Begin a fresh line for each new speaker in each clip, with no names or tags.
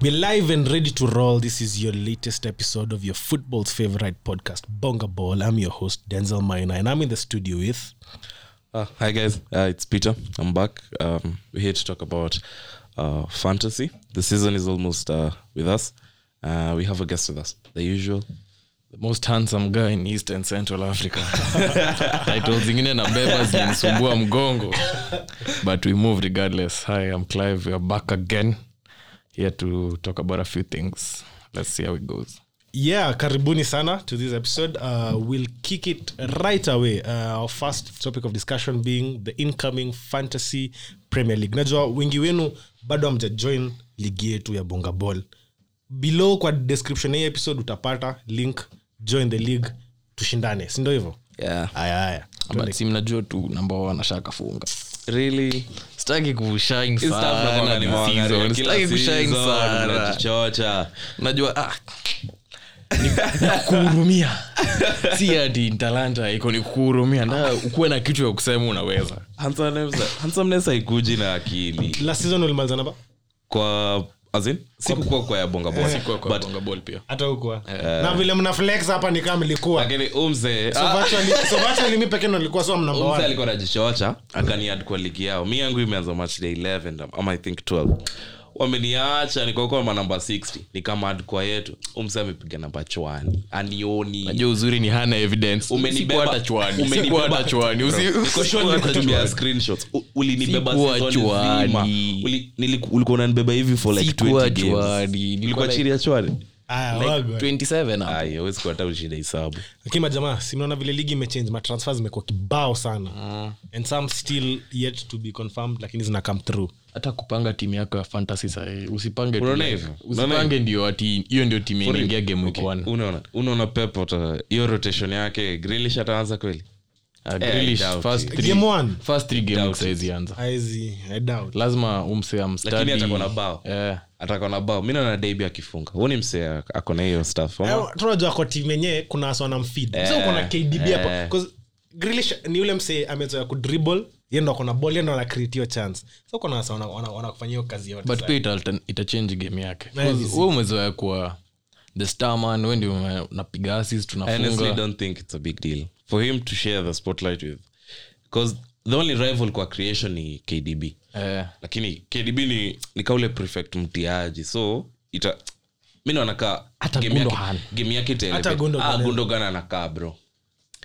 We're live and ready to roll. This is your latest episode of your football's favorite podcast, Bonga Ball. I'm your host, Denzel Maina, and I'm in the studio with.
Uh, hi guys, uh, it's Peter. I'm back. Um, we're here to talk about uh, fantasy. The season is almost uh, with us. Uh, we have a guest with us, the usual.
the most handsome guy in east and central africa title zingine na beba zinisumbua mgongo but we move regardless hi i'm clive weare back again here to talk about a few things let's see how it goes
Yeah, karibuni sana to this episode. Uh, we'll kick it right away. Uh, our first topic of discussion being the incoming fantasy Premier League. Najua wengi wenu bado hamjajoin ligi yetu ya Bonga Ball. Below kwa description ya hii episode utapata link join the league tushindane, si ndio hivyo?
Yeah.
Haya haya.
but si mnajua tu namba anashaka funga
Really?
sitaki kushine
It's tough na
sana
kuangalia
this
mwangalia.
season.
Kila
Sitaki kushine
season,
sana
unajichocha.
najua ah, ni- nakuhurumia si ati talanta iko ni kukuhurumia nda ukuwe na kitu ya kusema unaweza
Handsomeness- handsomeness haikuji na akili
Last season ulimaliza namba?
kwa as in, sikukuwa kwa ya bonga bonga. But-
hata hukuwa
Eh.
na vile mna flex hapa ni kama mlikuwa
lakini huyu mzee-
so
Ah,
virtually so virtually mimi pekee ndo nilikuwa so mnamba
Huyu mzee
1
alikuwa najichocha akaniad kwa ligi yao mi yangu imeanza match day 11 ama i think 12 wameniacha nikaokoa manamba 60 nikamad kwa yetu umse amepiga namba chwani anioni
najua uzuri ni hana evidence
Umenibeba-
Sikuwa hata chwani
umenibeba-
Sikuwa hata chwani Usi-
Niko sure
sikuwa hata
nilikutumia
chwani.
screenshots. U- ulinibeba
Sikuwa
season
chwani.
nzima. Uli- niliku- ulikuwa unanibeba hivi for like
Sikuwa
20 games.
chwani. Nilikuwa
Ulikuwa
like- Ah,
chini ya chwani
ah wago
27 hapo.
Ai, huwezi kuwa hata ushida hesabu
lakini majamaa si mnaona vile ligi imechange matransfer zimekuwa kibao sana
Ah.
and some still yet to be confirmed lakini zina come through
hata kupanga timu yako ya fantasy sahii usipange tu-
Unaona hivyo? Unaona
usipange ndio ati hiyo ndio timu inaingia game week one.
unaona unaona pep ata- hiyo rotation yake grilish ataanza kweli
Ah,
Eh, I
Grealish,
doubt
first
it.
three-
Game one?
first three game weeks haizi anza
hizi i doubt
lazima umse amstudy.
Lakini atakuwa na bao.
Eh.
atakuwa na bao mi naona debi akifunga huoni msee akona hiyo staff ama?
Eh, tunajua kwa timu yenyewe kuna wasa wana mfeed so uko na KDB
eh.
hapa 'Cause Grealish ni yule msee amezoea kudribble yeye ndo akona ball yeye ndo ana create hiyo chance so kuna wasa wana- wana- wanakufanyia hiyo kazi yote
but
sasa.
pia ita- alter- itachange game yake
Yeah,
Because
this
wewe umezoea kuwa the starman we ndio ume- unapiga assist
I honestly
tunafunga
don't think it's a big deal for him to share the spotlight with because the only rival kwa creation ni kdb
eh,
lakini kdb ni, ni kaule prefect mtiaji so ita mi naonakaa
Hata Gundogan.
game yake
Hata Gundogan.
itagundogan anakaa bro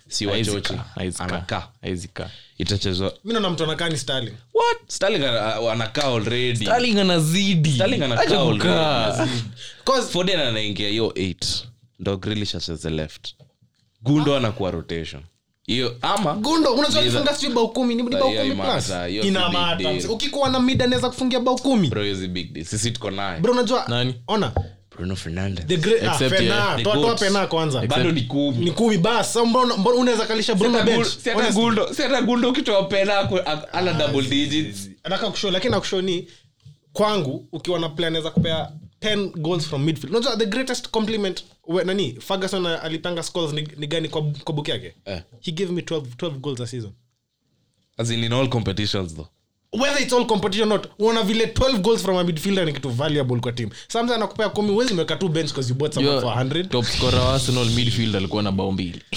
si
haizi
wachochi
kaa, haizi kaa,
anakaa
haizi kaa.
itachezwa
mi naona mtu anakaa ni Sterling.
what starling ana- anakaa already
Sterling anazidi.
Sterling anakaa
Acha
already.
kukaa.
Cause Foden anaingia hiyo 8 ndo Grealish acheze left. Gundo
Ah.
anakuwa rotation. Hiyo ama
gundo unajua alifunga sijui bao kumi ni ni bao
hiyo
kumi
imata,
plus
hiyo
ina
si big
maana
deal.
mse- ukikuwa na mida anaweza kufungia bao kumi
bro hizi big deal. Sisi tuko naye.
bro unajua
Nani?
ona
Bruno Fernandes.
the great ah,
Except,
pena
yeah,
the
toa toa
goats.
pena kwanza
Bado ni kumi.
ni kumi basi Sasa mbona mbona unaweza kalisha bruno
Hata Gu-
bench
si hata
Honestly.
Gundo, si hata Gundo ukitoa pena aku- a-
Ah,
ana double digits.
nataka kushow lakini nakushow ni kwangu ukiwa na player anaweza kupea 10 goals from midfield unajua the greatest compliment we, nani ferguson uh, alipanga scores ni, ni gani kwa, kwa book yake
Eh.
he gave me 12, 12 goals a season
As in in all competitions though.
whether it's all competition or not uona vile 12 goals from a midfielder ni kitu valuable kwa team samsa anakupea komi uwezi meweka tu bench because you bought someone
Yo,
for 100
top scorer wa Arsenal midfield alikuwa na bao mbili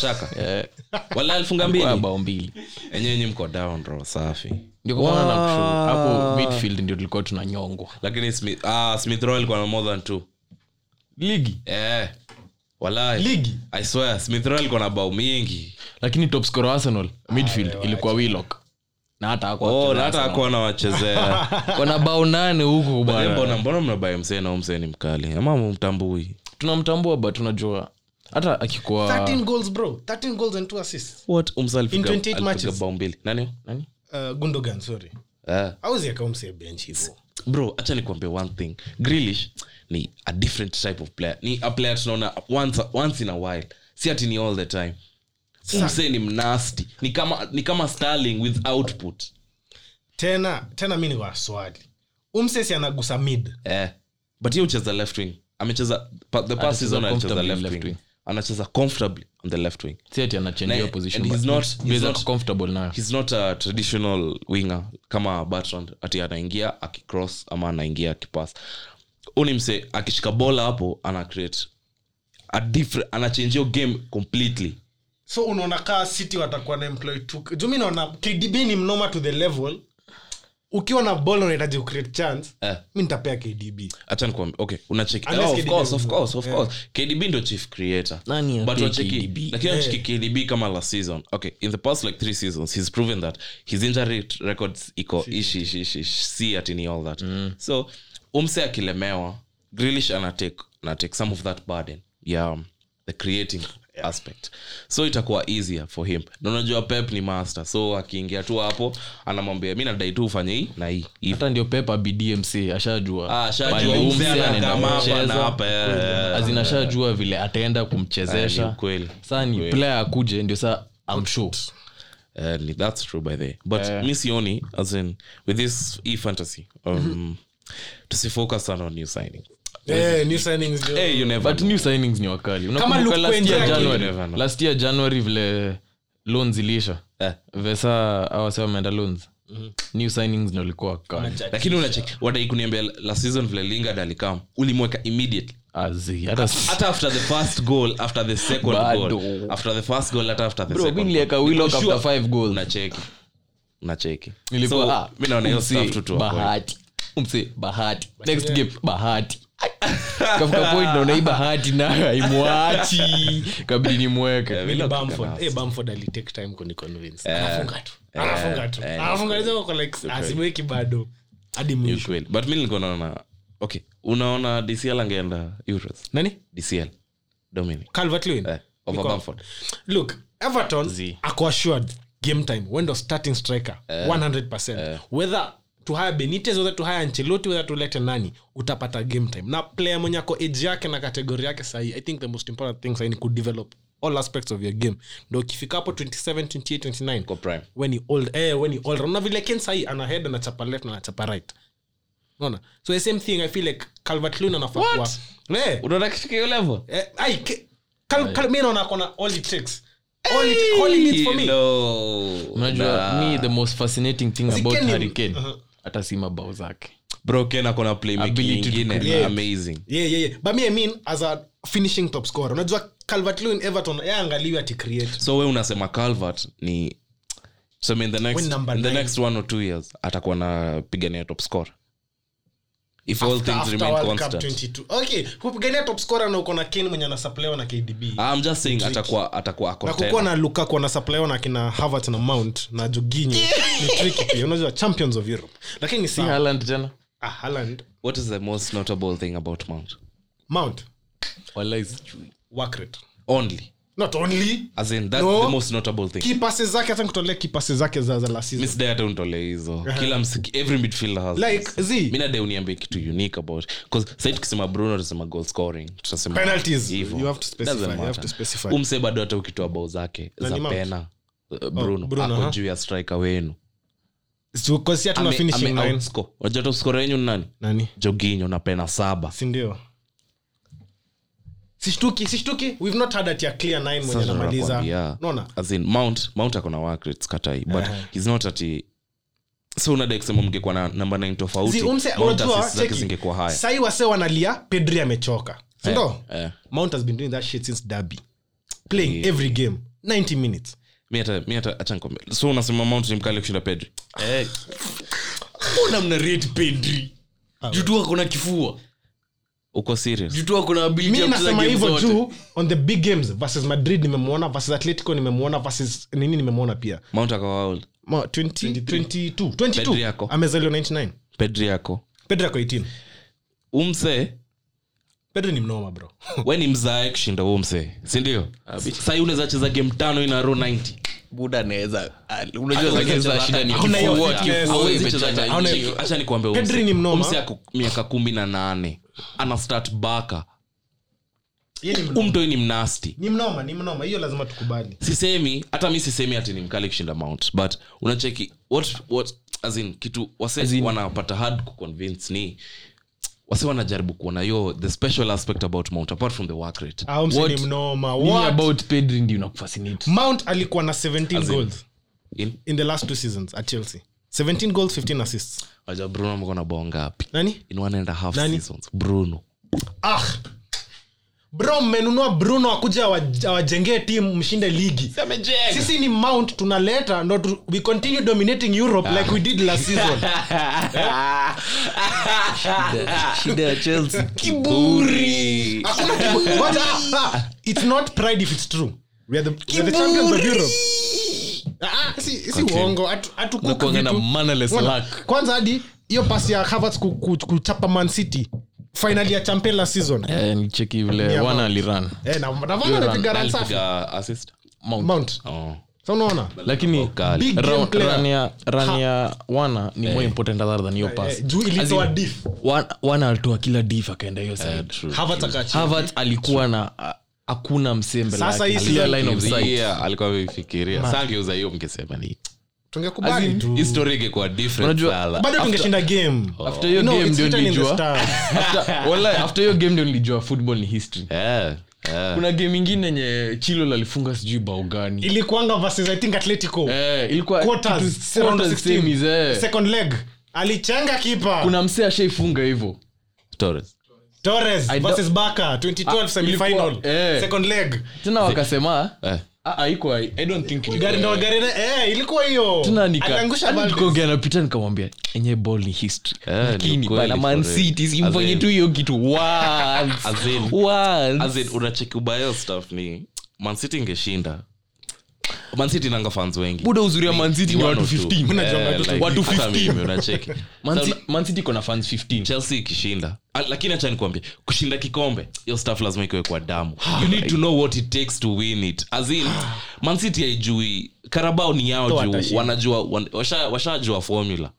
Shaka.
Eh,
Wala alifunga
alikuwa na
mbili.
bao mbili
Enyewe nyi mko down bro, safi.
ndio kwa maana nakushu- hapo midfield ndio tulikuwa tunanyongwa
Lakini Smith ah Smith Rowe alikuwa na more than two.
ligi
Eh. Walahi.
ligi
I swear Smith Rowe alikuwa na bao mingi.
lakini top scorer wa arsenal midfield ilikuwa Willock. na hata hakuwa
Ah, Oh,
akicheza
na hata
Arsenal.
akuwa nawachezea
Kwa na bao nane huko bwana.
mbona mbona mnabae msee na msee ni mkali ama mtambui
tunamtambua but tunajua hata akikuwa
13 goals bro 13 goals and 2 assists
what umse
In
alipiga
28
alipiga
matches.
bao mbili nani nani
uh, gundogan sorry
Eh.
auzi akaumsie bench hivo
bro acha nikuambia one thing grilish ni a different type of player ni a player tunaona once, once in a while si ati ni all the time umse ni mnasti ni kama ni kama starling with output
tena tena mi ni waswali umsesi anagusa mid
eh. but ye ucheza left wing amecheza pa, the past
Anacheza
season alicheza
comfortably
left,
left
wing.
wing.
anacheza comfortably on the left wing
siati anachange hiyo
Na-
position
and he's
but
not-
he's
he's
not
not-
comfortable nayo
he's not a traditional winger kama Bertrand ati anaingia akicross ama anaingia akipass uni mse akishika bola hapo ana create a different anachange hiyo game completely
so unaona kaa city watakuwa na employ tu jumi naona kdb ni mnoma to the level ukiwa na ball na unahitaji kucreate chance
Eh.
mi nitapea kdb
acha nikwambie okay unacheki
Unless
oh, of
KDB
course of
mzuri.
course of course KDB ndio chief creator
Nani
but
ape
unacheki
KDB?
lakini unacheki KDB kama last season okay in the past like 3 seasons he's proven that his injury rate records iko ishi ishi ishi ishi, see at any all that so umse akilemewa Grealish ana take ana take some of that burden yeah um, the creating aspect so itakuwa easier for him na unajua pep ni master so akiingia tu hapo anamwambia mi nadai tu ufanye hii na hii hivi
hata ndio pepa bdmc ashajua
Ah, ashajua
Pale
mzee
umse
anakaa
anaenda
hapa na
kucheza.
hapa, yeah, yeah, yeah.
Azin ashajua vile ataenda
Eh, ni
kumchezesha
ukweli.
saa ni player akuje ndio saa amsho
Uh, ni- that's true by the way. but
Eh.
yeah. miss yoni as in with this e fantasy um tusifocus sana on new signing
Eh, new signings ndio.
hey, you never
but new signings ni wakali
Luke
unakumbuka last year
Wenjaki.
Never know.
january last year january vile loans iliisha
Eh.
vesa awase wameenda loans new signings ndio walikuwa wakali
lakini unacheki wadai kuniambia la season vile lingard alikam ulimweka immediately
azi hata s-
hata after the first goal after the second
Bado.
goal after the first goal hata after the
Bro,
second
mi nilieka
goal.
Willock
Niko sure-
after five goals.
unacheki unacheki
nilikuwa
So,
ah,
mi naona hiyo
umse,
stuff tu tu hapo.
bahati umse bahati next game bahati kafika point naona hii bahati nayo aimwachi kabidi nimweke
Ni
Willock
Bamford.
kana-
Eh, Bamford alitake time
Eh,
kuniconvince. Anafunga tu. Anafunga tu. Anafunga hizo kwa like asiweki bado hadi
Ni
mwisho.
ukweli. but mi nilikuwa naona okay unaona dcl angeenda euros
Nani?
dcl dominic
Calvert-Lewin.
eh, over
Niko-
Bamford.
look everton
Z. Eh,
ako assured game time when the starting striker 100% whether to hire benitez whether to hire ancelotti whether to lete nani utapata game time na player mwenye ako age yake na kategori yake sahii i think the most important thing sahii ni kudevelop all aspects of your game ndo ukifika hapo 27 28 29
Kwa prime.
when he old eh, when he old na vile ken sahii ana head anachapa left na anachapa right unaona so the same thing i feel like calvert lewin anafaa kuwa eh
unaona kifika hiyo level
Eh, ai, ke- kal- kal- mi naona kona all it takes all it, all it needs for me
Hello.
unajua
Nah.
mi the most fascinating thing about
Ken ni-
Harry Kane,
Uh-huh.
hata si mabao zake
bro ken akona playmaking
Ability to
ingine
create.
amazing
yeah, yeah, yeah. but me i mean as a finishing top scorer unajua calvert lewin everton yeye angaliwe ati create
so we unasema calvert ni tuseme in the next,
When number
in the
nine.
next one or two years atakuwa na pigania top score if all
After-
things
after
remain
World Cup
constant
22. okay kupigania top scorer na uko na kane mwenye anasaplewa na kdb
i'm just saying atakuwa atakuwa ako
na
ten.
kukuwa na lukaku anasaplewa na kina harvard na mount na joginyo ni tricky pia unajua champions of europe lakini si
si Haaland jana
ah, Haaland,
what is the most notable thing about mount
mount
Wallahi sijui.
work rate
only
not only
as in that's
No.
the most notable thing
key passes zake hata nikutolea key passes zake za, za last season
misday hata untole hizo kila msiki every midfielder has
Uh-huh. like z
mi nade uniambie kitu unique about bcause sai tukisema bruno tutasema goal scoring tutasema
Penalties.
hivyo.
You have to specify. You
Doesn't
have
matter. Um,
to specify.
Umse bado hata ukitoa bao zake za
ni Mount? Oh,
pena uh, bruno,
Bruno,
ako
aha.
juu ya striker wenu
Sio, kwa si hatuna
Ame-
finishing
ame
line.
outscore. unajua top scorer yenu ni nani
nani
joginyo na pena saba
sindio sishtuki sishtuki we've not had at ya clear nine mwenye
Sasa nakwambia.
anamaliza naona
As in, mount mount akona work rates katai but he's not ati so unadai kusema mngekuwa na namba 9 tofauti
Zi, umse
Mount
unajua
assists zake
cheki
zingekuwa haya
sai wase wanalia pedri amechoka sindo
eh.
mount has been doing that shit since derby playing every game 90 minutes
mi hata mi hata acha nikwambie so unasema mount ni mkali kushinda pedri
Eh. mbona mna rate pedri
Ah,
jutu akona kifua
uko serious
jutu akona ability
mi
ya kucheza
nasema
game
hivyo
zote.
juu on the big games versus madrid nimemwona versus atletico nimemwona versus nini nimemwona pia
mount akawa old
Ma, 20, 22,
Pedri ako.
22 amezaliwa 99
pedri yako
pedri ako 18
umse
pedri ni mnoma bro
we ni mzae kushinda huo msee sindio sahii unaweza cheza game tano ina ro 90
buda anaweza unajua
Hawezi
zake za
cheza
shida ni
hata- Hauna hiyo
kifua
fitness.
kifua
Hawezi
imechanga
cheza
nje.
nje. acha nikuambie
Pedri
umse.
ni mnoma.
Umse ako miaka kumi na nane ana start baka
Yeye ni mnoma.
umtoi ni mnasti
ni mnoma ni mnoma hiyo lazima tukubali
sisemi hata mi sisemi ati ni mkali kushinda mount but unacheki what, what, as in, kitu wase wanapata hard kuconvince ni wase wanajaribu kuona yo the special aspect about mount apart from the work rate
Ah, huyu msee
What?
ni mnoma
Nini
What?
about pedri ndio inakufascinate
mount alikuwa na 17 goals
in
in the last two seasons at chelsea 17 goals 15 assists
waja bruno mko na bao ngapi
nani
in one and a half
Nani?
seasons bruno
ah bro mmenunua bruno akuja awa- awajengee timu mshinde ligi sisi ni mount tunaleta ndo tu, we continue dominating europe
Ah.
like we did last season
Ah, shida ya chelsea kiburi
Hakuna kibu- Ngoja, ah, ah, it's not pride if it's true we are the, we are the champions of europe Ah, ah, si, si uongo hatu- hatukuwa
Nakuanga na
kitu.
mannerless
Mbona?
luck.
kwanza hadi hiyo pasi ya Havertz ku- ku- kuchapa man city final ya champion la season
Eh, nicheki vile
Yeah,
wana
man.
aliran
eh, na na Van anapiga run safi
alipiga assist Oh,
mount sasa unaona
lakini
Kali.
Big game
round-
player.
run ya- run ya wana ni more important rather than hiyo
eh,
pass
juu ilitoa diff
Wan- wana alitoa kila div akaenda hiyo side
True.
Havertz akaachilia.
Havertz alikuwa na a- hakuna msembe
Sasa
lake.
hii
Clear
season
line of
Hizi-
sight.
yeah, alikuwa ameifikiria Sasa angeuza hiyo mngesema ni
tungekubali tu.
Hii story ingekuwa different
Unajua,
sala.
bado tungeshinda game
After Oh. hiyo
No,
game
it's
ndio
written in the
nilijua
stars.
After- wallahi, after hiyo game ndio nilijua football ni history
Eh, eh.
kuna game ingine yenye chilo alifunga sijui bao gani
ilikuwanga versus i think atletico
Eh, ilikuwa
quarters
kitu-
round
quarters
16.
semis, eh.
second leg alichenga kipa
kuna msee ashaifunga hivyo
Torres.
torres
I don't-
versus baka 2012
Ah,
semifinal
ilikuwa- eh.
second leg
tena wakasema
Eh.
"Ah, ah, iko, I- I don't think ilikuwa-
gari ndo gari eh ilikuwa hiyo
tena nika-
aliangusha
hadi
Valdez.
tukaongea na Peter nikamwambia enye ball ni history
Eh, ni
lakini
ukweli
bana man
for real.
city simfanye
As
tu hiyo kitu once.
As in-
Once.
As in, unacheki ubaya hiyo stuff ni mancity ingeshinda mancity nanga fans wengi
buda uzuri ya Man City
Ni
ni
one
watu
or two.
15.
Eh,
Unajua watu-
like,
watu
hata
15.
mimi unacheki.
Man
Sasa
City- Man City iko na fans 15
chelsea ikishinda Ah, lakini acha nikwambie kushinda kikombe hiyo staff lazima ikiwe kwa damu you need to know what it takes to win it as in mancity haijui karabao ni yao juu
watashinda.
wanajua wan- washa- washajua formula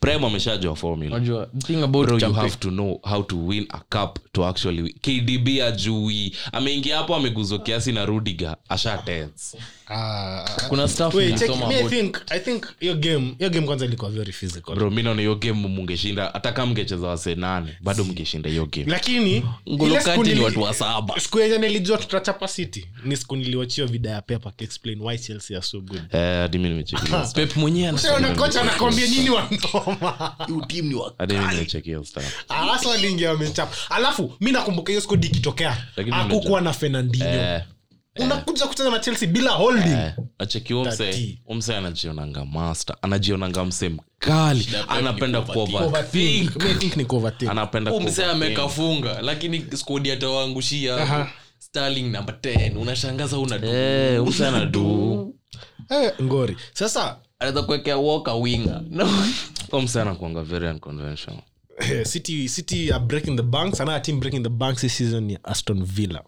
prem ameshajua formula
unajua thing about
Bro, you
champion-
have to know how to win a cup to actually win. kdb ajui ameingia hapo ameguzwa kiasi na rudiga asha tense.
Ah.
kuna staff
Wait, check,
nilisoma
me, I
about-
think- I think hiyo game hiyo game kwanza ilikuwa very physical
bro mi naona hiyo game mungeshinda hata kama mngecheza wase nane bado mngeshinda hiyo game
lakini
N'Golo
ile
Kante
siku
ni
nili-
watu wa saba.
siku yenye nilijua tutachapa city ni siku niliwachia vida ya pep akiexplain why chelsea are so good
Eh, hadi mi nimechekia
Pep mwenyewe anasema,
Usione kocha anakwambia nyinyi wanoma
hadi mi nimechekia hiyo stuff.
alafu aliingia amechapa alafu mi nakumbuka hiyo skodi ikitokea
Lakini
akukuwa na fernandinho
Eh,
unakuja kucheza na chelsea bila holding
eh, nacheki huyo mse
Tati.
huyo mse anajionanga master anajionanga mse mkali anapenda kuoverthink.
Overthink. Mi I think ni overthink.
anapenda
"Huyu mzee
kuoverthink.
amekafunga lakini skodi atawaangushia starling number 10 unashangaza una
Eh, huyo mse anadu
Eh, ngori sasa
anaweza kuwekea walker winger No.
huyo mse anakuanga very unconventional
Eh, city city are breaking the bank sana team breaking the bank this season ni aston villa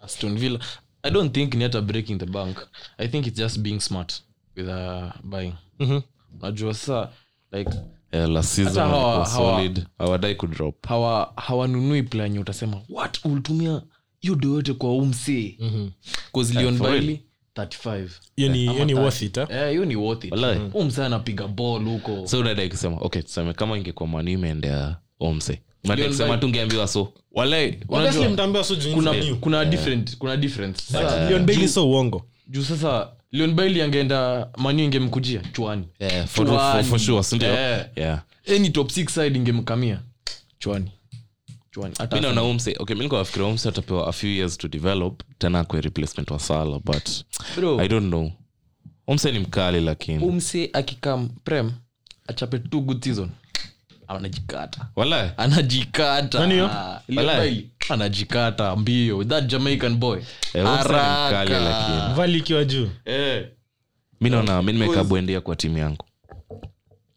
aston villa i don't think ni hata breaking the bank i think it's just being smart with uh, buying najua sasa like
Eh, last season
Hata hawa-
walikuwa
hawa-
solid hawadai kudrop
hawa hawanunui planye utasema what ulitumia hiyo do yote kwa umsee leon
Mhm. for real.
bailey 35
hiyo ni- hiyo ni worth it ah.
eh hiyo ni worth it
Wallahi.
Huyu msee anapiga ball huko
so unadai kusema okay tuseme kama ingekuwa mani imeendea omse unadai
Leon
kusema
Bailey.
tungeambiwa so
Wallahi,
Obviously
unajua,
mtaambiwa so juu ni
kuna
new.
kuna different kuna difference Sasa,
Leon Bailey so uongo
juu sasa leon bailey angeenda mani ingemkujia chuani
Eh, for, for, for sure sindio
Eh.
yeah.
any top six side ingemkamia chwani chwani hata
mi naona umse okay mi niko nafikiria umse atapewa a few years to develop tena akwe replacement wa sala but
Bro.
i don't know umse ni mkali lakini
umse akikam prem achape two good season anajikata
wala
anajikata
Nani hiyo?
Ile
Walai.
Bailey. anajikata mbio that jamaican boy
Eh, Wilson ni mkali
haraka
lakini.
vali ikiwa juu
Eh.
mi naona mi nimeka bwendia kwa timu yangu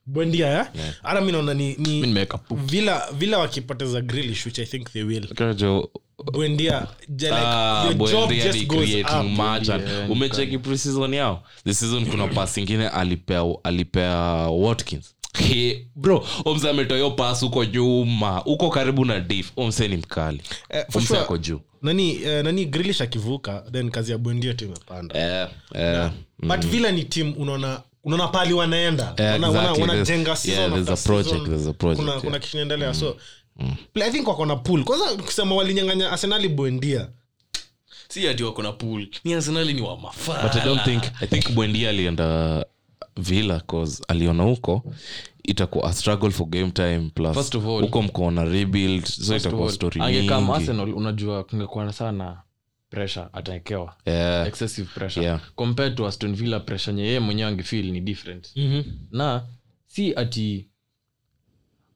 bwendia ya hata mi naona ni,
Mimi
ni
nimeweka pu-
villa villa wakipoteza Grealish, which i think they will
Kajo,
bwendia ja- like,
ah,
your job
bwendia
just
ni
goes
creating
up.
much and-
Yeah, ni
umecheki preseason yao this season kuna pas ingine alipea alipea watkins He- bro omse ametoa hiyo pas huko nyuma huko karibu na dif omse ni mkali
Eh, for
omse
sure.
ako juu
nani eh, nani Grealish akivuka then kazi ya bwendia tu imepanda
eh, eh.
but villa ni team unaona unaona pali wanaenda
Yeah,
Wana- wana-
Eh, exactly.
wanajenga
There's-
season
yeah, there's
after
a project,
season.
there's a project,
Kuna-
yeah. Mm.
kuna kitu inaendelea so i think wako na pool kwanza kusema walinyang'anya arsenali bwendia
si ati wako na pool ni arsenali ni wa mafaa
but i don't think i think bwendia alienda villa cause aliona huko itakuwa a struggle for game time plus
First of all-
huko mkona rebuild so itakuwa story
angekam
nyingi
arsenal unajua kungekuwa sana pressure ataekewa
yeah.
excessive pressure
Yeah.
compared to aston villa pressure yenye yeye mwenyewe angefeel ni different na si ati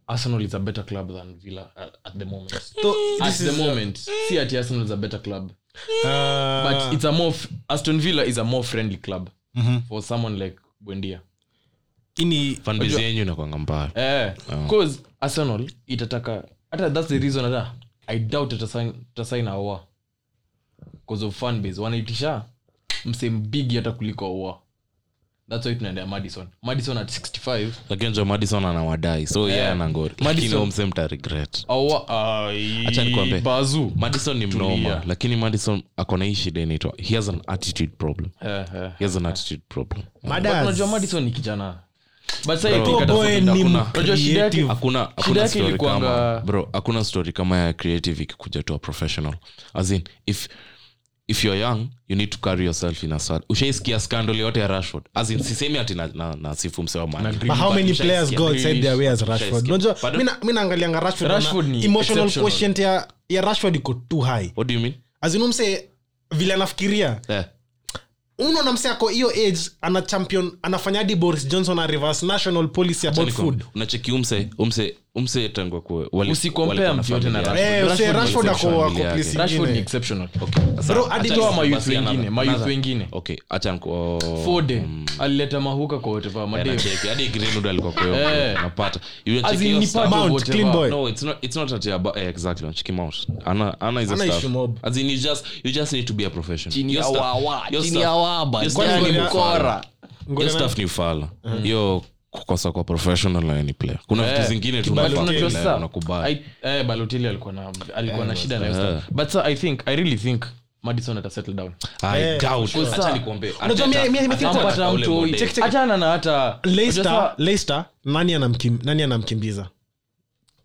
arsenal is a better club than villa at, at the moment
So,
at
this
the
is,
moment si ati arsenal is a better club
uh,
but it's a more f- aston villa is a more friendly club
Mhm.
for someone like buendia
ini-
Fundraise yenyu inakwanga mbaya
eh,
Ah.
cause arsenal itataka hata that's the reason hata i doubt itasain aoa cause of fan base wanaitisha mse mbigi hata kuliko aoa that's why tunaendea madison madison at 65
lakini jo madison anawadai so yeah. yeye anangori lakini huyo mse mta regret
aoa
Acha nikwambie.
bazu
madison ni
Tulia.
mnoma lakini madison akona hii shida inaitwa he has an attitude problem
eh, eh.
he has an attitude problem
Madas.
But unajua madison ni kijana but sasa I
Bro.
think hata
Boy
Southampton
ni
hakuna-
mcreative.
unajua shida yake
hakuna hakuna
yake
story
ilikuwanga-
kama bro hakuna story kama ya creative ikikuja to a professional as in if if you're young you need to carry yourself in a sad ushaisikia scandal yote ya rashford as in sisemi ati na, na, na sifu msewa
But how many
Ushaisikia
players go outside their way as
Grealish,
Rashford?
ushaisikia-
Unajua,
Pardon?
mina- mina angalianga Rashford,
Rashford
naona
ni
emotional
exceptional.
quotient ya- ya Rashford iko too high
what do you mean
azinumse vile anafikiria
eh
unaona mse ako hiyo age ana champion anafanyadi boris johnson a reverse national policy about
Nikwambie,
food
unacheki umse umse umse tangu akuwe- wali-
Usikompea
walikuwa na
mtu yote na
familia.
Rashford.
Eh, mse, Rashford ako-
Familia
ako
yake.
place
rashford ni
ingine.
exceptional
Sasa,
Bro, hadi
acha
toa
ni-
mayouth
basi
wengine,
another-
mayouth
another-
wengine.
okay acha niko- oh,
fode alileta mahuka kwa whatever madem
anacheki. Hadi Greenwood alikuwa kwa hiyo-
Eh.
unapata. You
As
unacheki
in
hiyo
ni
star-
part of
Mount,
whatever.
clean boy.
No, it's not- it's not ati about- eh, exactly, unacheki Mount. Ana- ana hizo
Ana
stuff.
issue mob.
As in you just- you just need to be a professional.
Chini
Your
ya
stuff-
wawa,
your
chini
stuff-
ya waba,
your
jani
stuff ni
mkora.
ufala.
Ngoja
Your
na-
stuff ni ufala. hiyo kukosa kwa professional na any player kuna vitu zingine tu
But
unafaa
unajua
kuelewa,
sasa,
unakubali. Eh,
I- eh, Balotelli alikuwa na alikuwa na shida nayo sana. but sir, i think i really think madison ata settle down
I doubt.
Sasa-
Acha nikuambie.
Unajua mie-
Arteta-
mie
Arteta
nimefeel-
anataka
ampata
ule
mtu
model.
check, check. achana na hata
Leicester-
unajua
Leicester, nani anamkim- nani anamkimbiza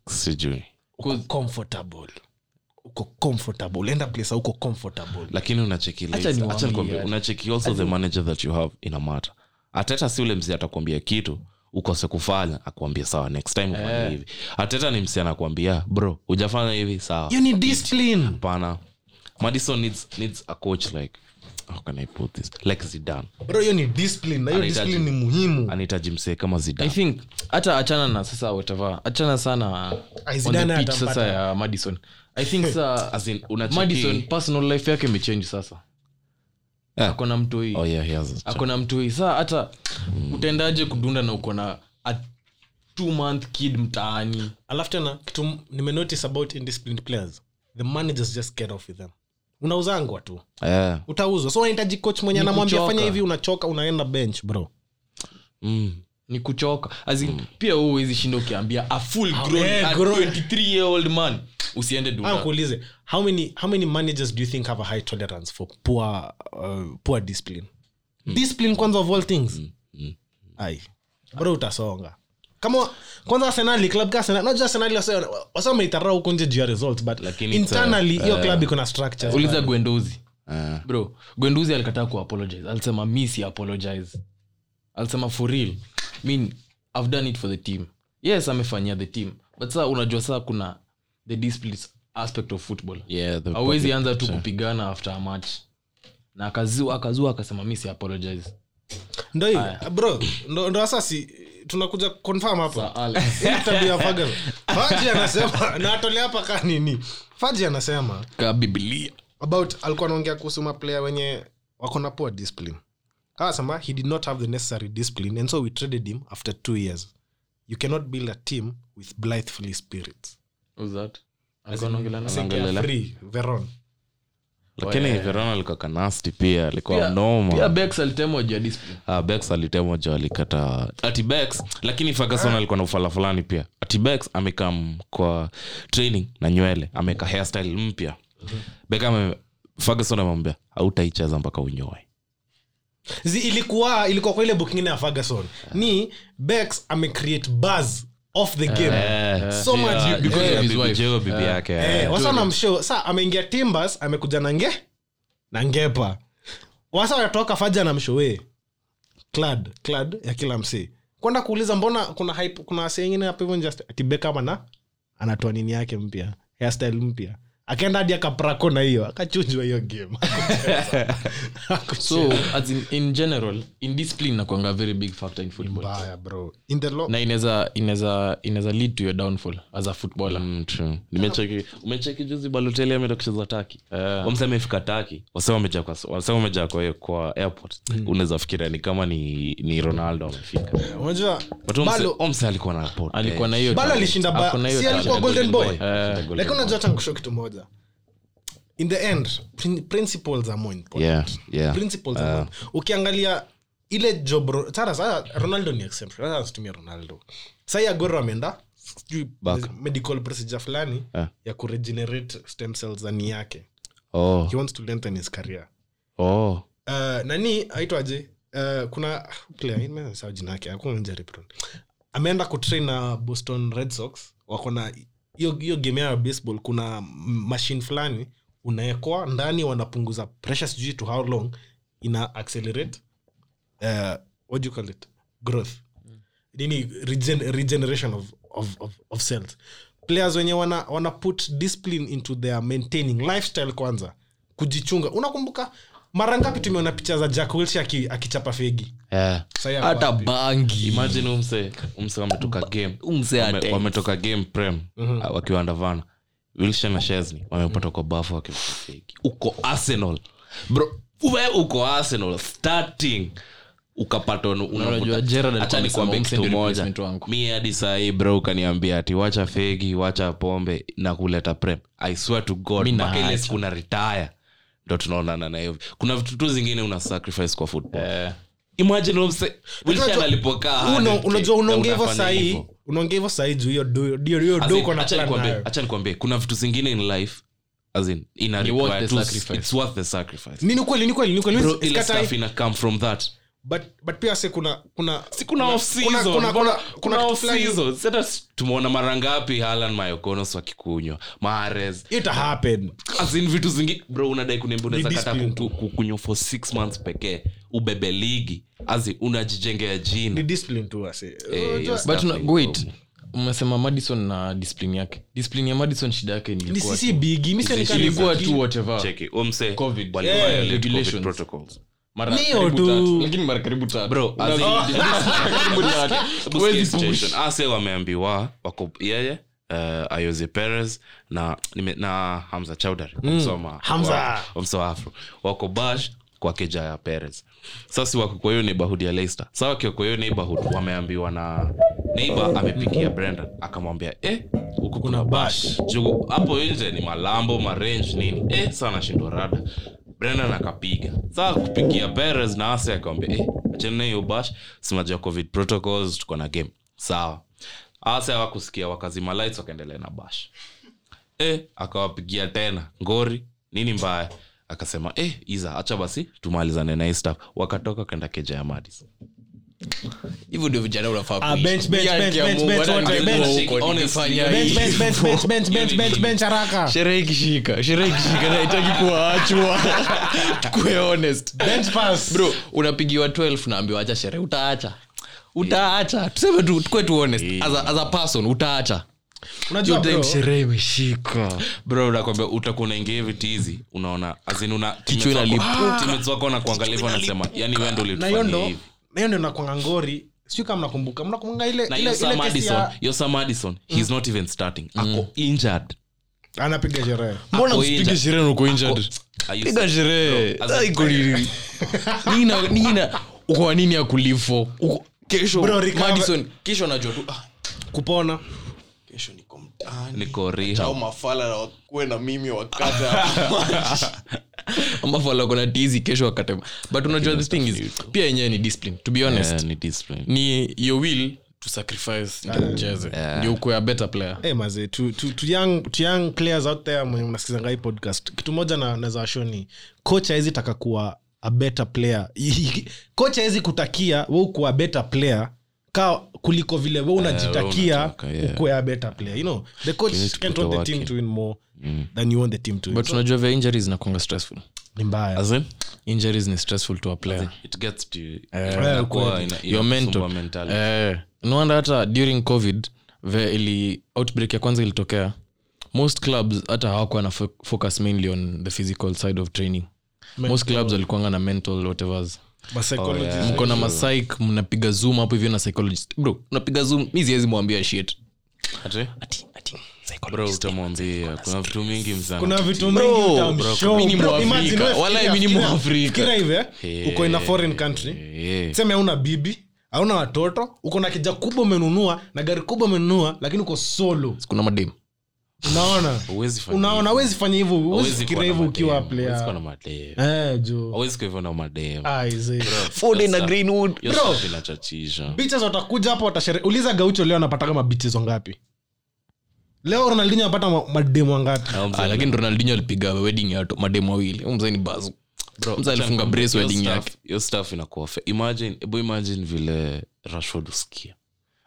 sijui
uko comfortable uko comfortable enda place uko comfortable
lakini unacheki
Acha
Leicester.
niwaambie, yaani.
Acha nikwambie,
acha.
unacheki also the manager that you have ina matter ateta si ule mzee atakwambia kitu ukose kufanya akuambia sawa next time ufanye
Eh.
hivi ateta ni msee anakuambia bro hujafanya hivi sawa
you need discipline
hapana madison needs, needs a coach like how can i put this like zidan
bro hiyo ni discipline na hiyo
Anahitaji-
discipline ni muhimu
anahitaji msee kama
i
zidan
think hata achana na sasa whatever achana sana
Ai,
on the
Ah, Zidane
pitch sasa
atampata.
ya madison i think sa
as in unacheki
madison personal life yake imechange sasa
Yeah.
ako na mtoi
oh yeah he has a
ako na mtoi saa hata
Hmm.
utaendaje kudunda na uko na a two month kid mtaani
alafu tena kitu nimenotice about indisciplined players the managers just get off with them unauzangwa tu
yeah.
utauzwa so unahitaji coach mwenye
Ni
anamwambia
kuchoka.
fanya hivi unachoka unaenda bench bro
mm.
ni kuchoka As in, pia huu huwezi shinda ukiambia a full grown,
Hmm. eh,
a
grown.
23 year old man usiende
Ah,
dunda
kuulize how many, how many managers do you think have a high tolerance for poor, uh, poor discipline discipline kwanza of all things ai bro utasonga kama kwanza arsenali club ka arsenali najua arsenali wase- wase wameitarara huko nje juu ya results but
Lakini
internally hiyo club iko na structures
uliza gwendozi
Eh.
bro gwendozi alikataa kuapologize alisema mi si apologize alisema for real mean i've done it for the team yes amefanyia the team but saa unajua saa kuna the discipline aspect of football
yeah, the
awezi
public-
anza tu kupigana after a match na akazua akazua akasema mi si apologize
ndo hiyo bro ndo ndo sasa si tunakuja confirm hapo
Sir Alex.
Hii tabia ya Ferguson. faji anasema na atolea hapa ka nini faji anasema
ka biblia
about alikuwa anaongea kuhusu maplayer wenye wako na poor discipline akasema he did not have the necessary discipline and so we traded him after two years you cannot build a team with blithely spirits
Who's that? Alikuwa anaongelea nani?
Angalela.
Free, Veron.
lakini veron alikaka nasti pia alikuwa
Oh, Pia- pia
mnoma
Bex alitemwa juu ya discipline.
Ah, bex alitemwa jo alikata ati bex lakini ferguson alikuwa na ufala fulani pia ati bex amekam kwa training na nywele ameka hairstyle mpya bekam ferguson amemwambia hautaicheza mpaka unyoe
Zi- ilikuwa ilikuwa kwa ile book ingine ya ferguson ni bex amecreate buzz
Eh.
off the
Eh,
game so much
Yeah,
because
yeah,
of his
bibi-
wife.
Joe, Eh, bibi yake
Eh,
yeah.
wasa wanamshow sa ameingia timbers amekuja na nge na ngepa wasa wanatoka faja na mshowe eh. clad clad ya kila msee kwenda kuuliza mbona kuna hype, kuna wasee wengine hapa hivyo just ati Beckham ana anatoa nini yake mpya hairstyle mpya akaenda hadi akaprako na hiyo akachunjwa hiyo game
so as in, in general indiscipline nakwanga very big factor in football
Mbaya, bro in the lo-
na inaweza inaweza inaweza lead to your downfall as a footballer
Mm, true. nimecheki umecheki juzi baloteli ameenda kucheza taki wamsema amefika taki wasema amejaa kwa- wasema amejaa kwa, kwa airport unaweza fikiria ni kama ni, ni ronaldo amefika
unajua
But huyo mse-
Balo-
huyo mse alikuwa na report.
alikuwa
Eh,
na hiyo
Bado
talent.
alishinda ba-
Ako na hiyo
si
talent.
alikuwa golden boy.
Eh, golden
lakini
boy.
unajua tankusho kitu moja in the end prin- principles are more important
Yeah, yeah.
principles uh, ukiangalia ile job Ro- sasa sasa ronaldo ni exception sasa asitumia ronaldo sahii agoro ameenda sijui
Back.
medical procedure fulani
Ah.
ya kuregenerate stem cells za ni yake
Oh,
he wants to lengthen his career
oh.
uh, nani aitwaje uh, kuna player mimi sahau jina yake hakuna Jerry Brown ameenda kutrain na Boston Red Sox wako na hiyo hiyo game yao ya baseball kuna m- machine fulani unaekwa ndani wanapunguza pressure sijui to how long ina accelerate uh, what do you call it growth nini regen regeneration of, of, of, of cells players wenye wana, wana put discipline into their maintaining lifestyle kwanza kujichunga unakumbuka mara ngapi tumeona picha za jack Wilshere aki- akichapa fegi
Yeah.
Sasa ako
hata
wapi?
bangi
imagine huyu mse umse wametoka game Wame- wametoka game prem
Mhm.
ah, wakiwa andavana wilshe na shesny wamepata kwa bafu wakifiki uko arsenal bro we uko arsenal starting ukapata un- unakuta-
Unajua Gerrard alikuwa
Acha
amesema
nikwambie
Umse
kitu
ndio
moja.
replacement wangu.
mi hadi sahii bro ukaniambia ati wacha fegi wacha pombe na kuleta prem i swear to god
Mi
mpaka ile
naacha.
siku na retire ndo tunaonana na hiyo kuna vitu tu zingine una sacrifice kwa football
eh.
imagine umse wilshe
Unajua-
alipokaa
Uno-
100K,
unajua
na
unaongea hivyo
unafanya
sahii
hivyo
unaongea hivyo sahii juu hiyo do- ndio- hiyo doko na plan nayo.
nikwambie kuna vitu zingine in life as in, ina
Ni worth
require
the
to-
sacrifice.
it's worth the sacrifice.
Ni- ni kweli ni kweli ni kweli
Bro, ile
Sikatai,
stuff ina come from that
but but pia se kuna kuna
si kuna off
kuna-
season
kuna-
bwana,
kuna- kuna
kuna
kitu
off
fulani-
season Sasa s- tumeona mara ngapi halan mayokonos wakikunywa mares
ita happen
asin vitu zingi bro unadai kuniambia unaweza
Ni
kata
discipline.
kuku- kukunywa for six months pekee ubebe ligi azi unajijengea
ni
jina
discipline tu wase
Eh,
Unajua-
yes.
but una,
Stuff
wait umesema madison na discipline yake discipline ya madison shida yake ni
ni
ilikuwa
sisi
tu-
bigi mi sioni kama ni
ilikuwa
bigi.
tu whatever
cheki umse
Covid.
wali-
Yeah,
violate COVID
regulations.
protocols
mara
Nio
karibu
tu.
tatu. lakini mara karibu tatu
Bro,
Una-
as in-
karibu tatu.
Hebu
Huwezi
sikia
push.
situation. ase wameambiwa wako yeye uh, ayoze perez na, nime- na hamza chaudari mm.
Hamza.
afro wako bash kwa keja ya perez sasi wako kwa hiyo neighborhood ya leicester sa wakiwa kwa hiyo neighborhood wameambiwa na neighbor amepikia brenda akamwambia eh huku kuna bash juu hapo nje ni malambo marange nini eh saa anashindwa rada brendan akapiga saa kupigia perez na ase akawambia eh achana na hiyo bash sinajua covid protocols tuko na game sawa ase hawakusikia wakazima lights wakaendelea na bash e, akawapigia tena ngori nini mbaya akasema eh, iza acha basi tumalizane na hii stuff wakatoka wakaenda keja ya madis
hivyo ndio vijana unafaa
Ah,
kuishi.
bench, bench,
Ni haki ya
bench,
Mungu,
bench,
hata
bench,
ningekuwa
bench,
huko,
bench,
ningefanya
Bench,
hivi.
bench, bench, bench, bench, bench, bench, bench, haraka.
sherehe ikishika sherehe ikishika na haitaki kuwaachwa Tukuwe honest
Bench pass.
bro unapigiwa 12 naambiwa acha sherehe utaacha utaacha tuseme tu tukwe tu honest as a, as a person utaacha
Unajua, bro,
imeshika
bro nakwambia utakuwa unaingia hivi tizi unaona azin una Ah,
Kichwa inalipuka.
timezwako na kuangalia hivyo anasema
na
yani wendo
hiyo
"Yaani ulitufanya
ndo
hivi
na hiyo ndo nakwanga ngori sijui kama mnakumbuka mnakumbuka ile
na
ile-
hiyo
ile
sam
kesi
madison
ya- Mm.
hiyo sam madison he's not even starting ako injured
anapiga sherehe
mbona
Ako
usipige
injured.
sherehe na uko
Ako-
injured
Are you
piga
serious?
sherehe
Bro, as a-
Ai, iko nini? nina nina uko nini akulifo kesho
Bro, recover.
madison kesho najua tu ah,
kupona
kesho niko mtaani
niko
au
rehab.
mafala na wakuwe na mimi wakata mafala kona tizi kesho wakate but unajua this thing is pia yenyewe ni discipline to be honest
Eh, ni discipline
ni your will to sacrifice ndio ucheze ndio ukuwe a better player
Eh, mazee, to, to, to, young, to young players out there mwenye mnasikizanga hii podcast kitu moja na naweza washoni coach hawezi taka kuwa a better player coach hawezi kutakia we kuwa better player ka kuliko vile we unajitakia
unataka, yeah.
ukuwe a better player you know the
need
coach
to
can
put the
want the
work
team
in.
to win more than you want the team to win.
but unajua vya injuries inakuanga stressful
ni mbaya
As in?
injuries ni stressful to a player
it gets to
Eh,
inakuwa
kweli.
ina-
your
inakusumbua
mental
mentally.
eh, no wonder hata during covid ve ili outbreak ya kwanza ilitokea most clubs hata hawakuwa na fo- focus mainly on the physical side of training most clubs walikuanga na mental whatevers
Ma psychologist.
yeah.
mko na masaik mnapiga zoom hapo hivyo na psychologist bro unapiga zoom mi siwezi mwambia shit
Ati? Bro, utamwambia kuna vitu mingi mzana
kuna vitu
Bro,
mingi utam-
bro,
show.
mimi ni
Bro,
Mwafrika.
imagine wewe
Walai,
fikiria-
mimi ni
fikiria-
Mwafrika.
fikiria hivi, eh. uko in a foreign country
Eh,
seme hauna bibi hauna watoto uko na kija kubwa umenunua na gari kubwa umenunua lakini uko solo
kuna madem
unaona
huwezi fanya
unaona
hivyo.
huwezi fanya hivyo huwezi
Huwezi kuwa
fikiria
na
hivyo
madem,
ukiwa
huwezi kuwa na
player
madem.
eh jo
Huwezi kuwa hivyo na madem.
Ah, izee.
Foden na
Sasa-
Greenwood.
Hiyo
Bro.
stuff inachachisha.
bitches watakuja hapo watashere uliza gaucho leo anapataga mabichezo ngapi leo ronaldinho anapata ma- mademu wangapi
Na mzee-
ah, lakini ronaldinho alipiga wedding ya to- madem wawili Huyu mzee ni bazu
Bro,
mzee alifunga
Hiyo
brace
stuff-
wedding yake
hiyo stuff inakuwa fe- imagine hebu imagine vile rashford usikia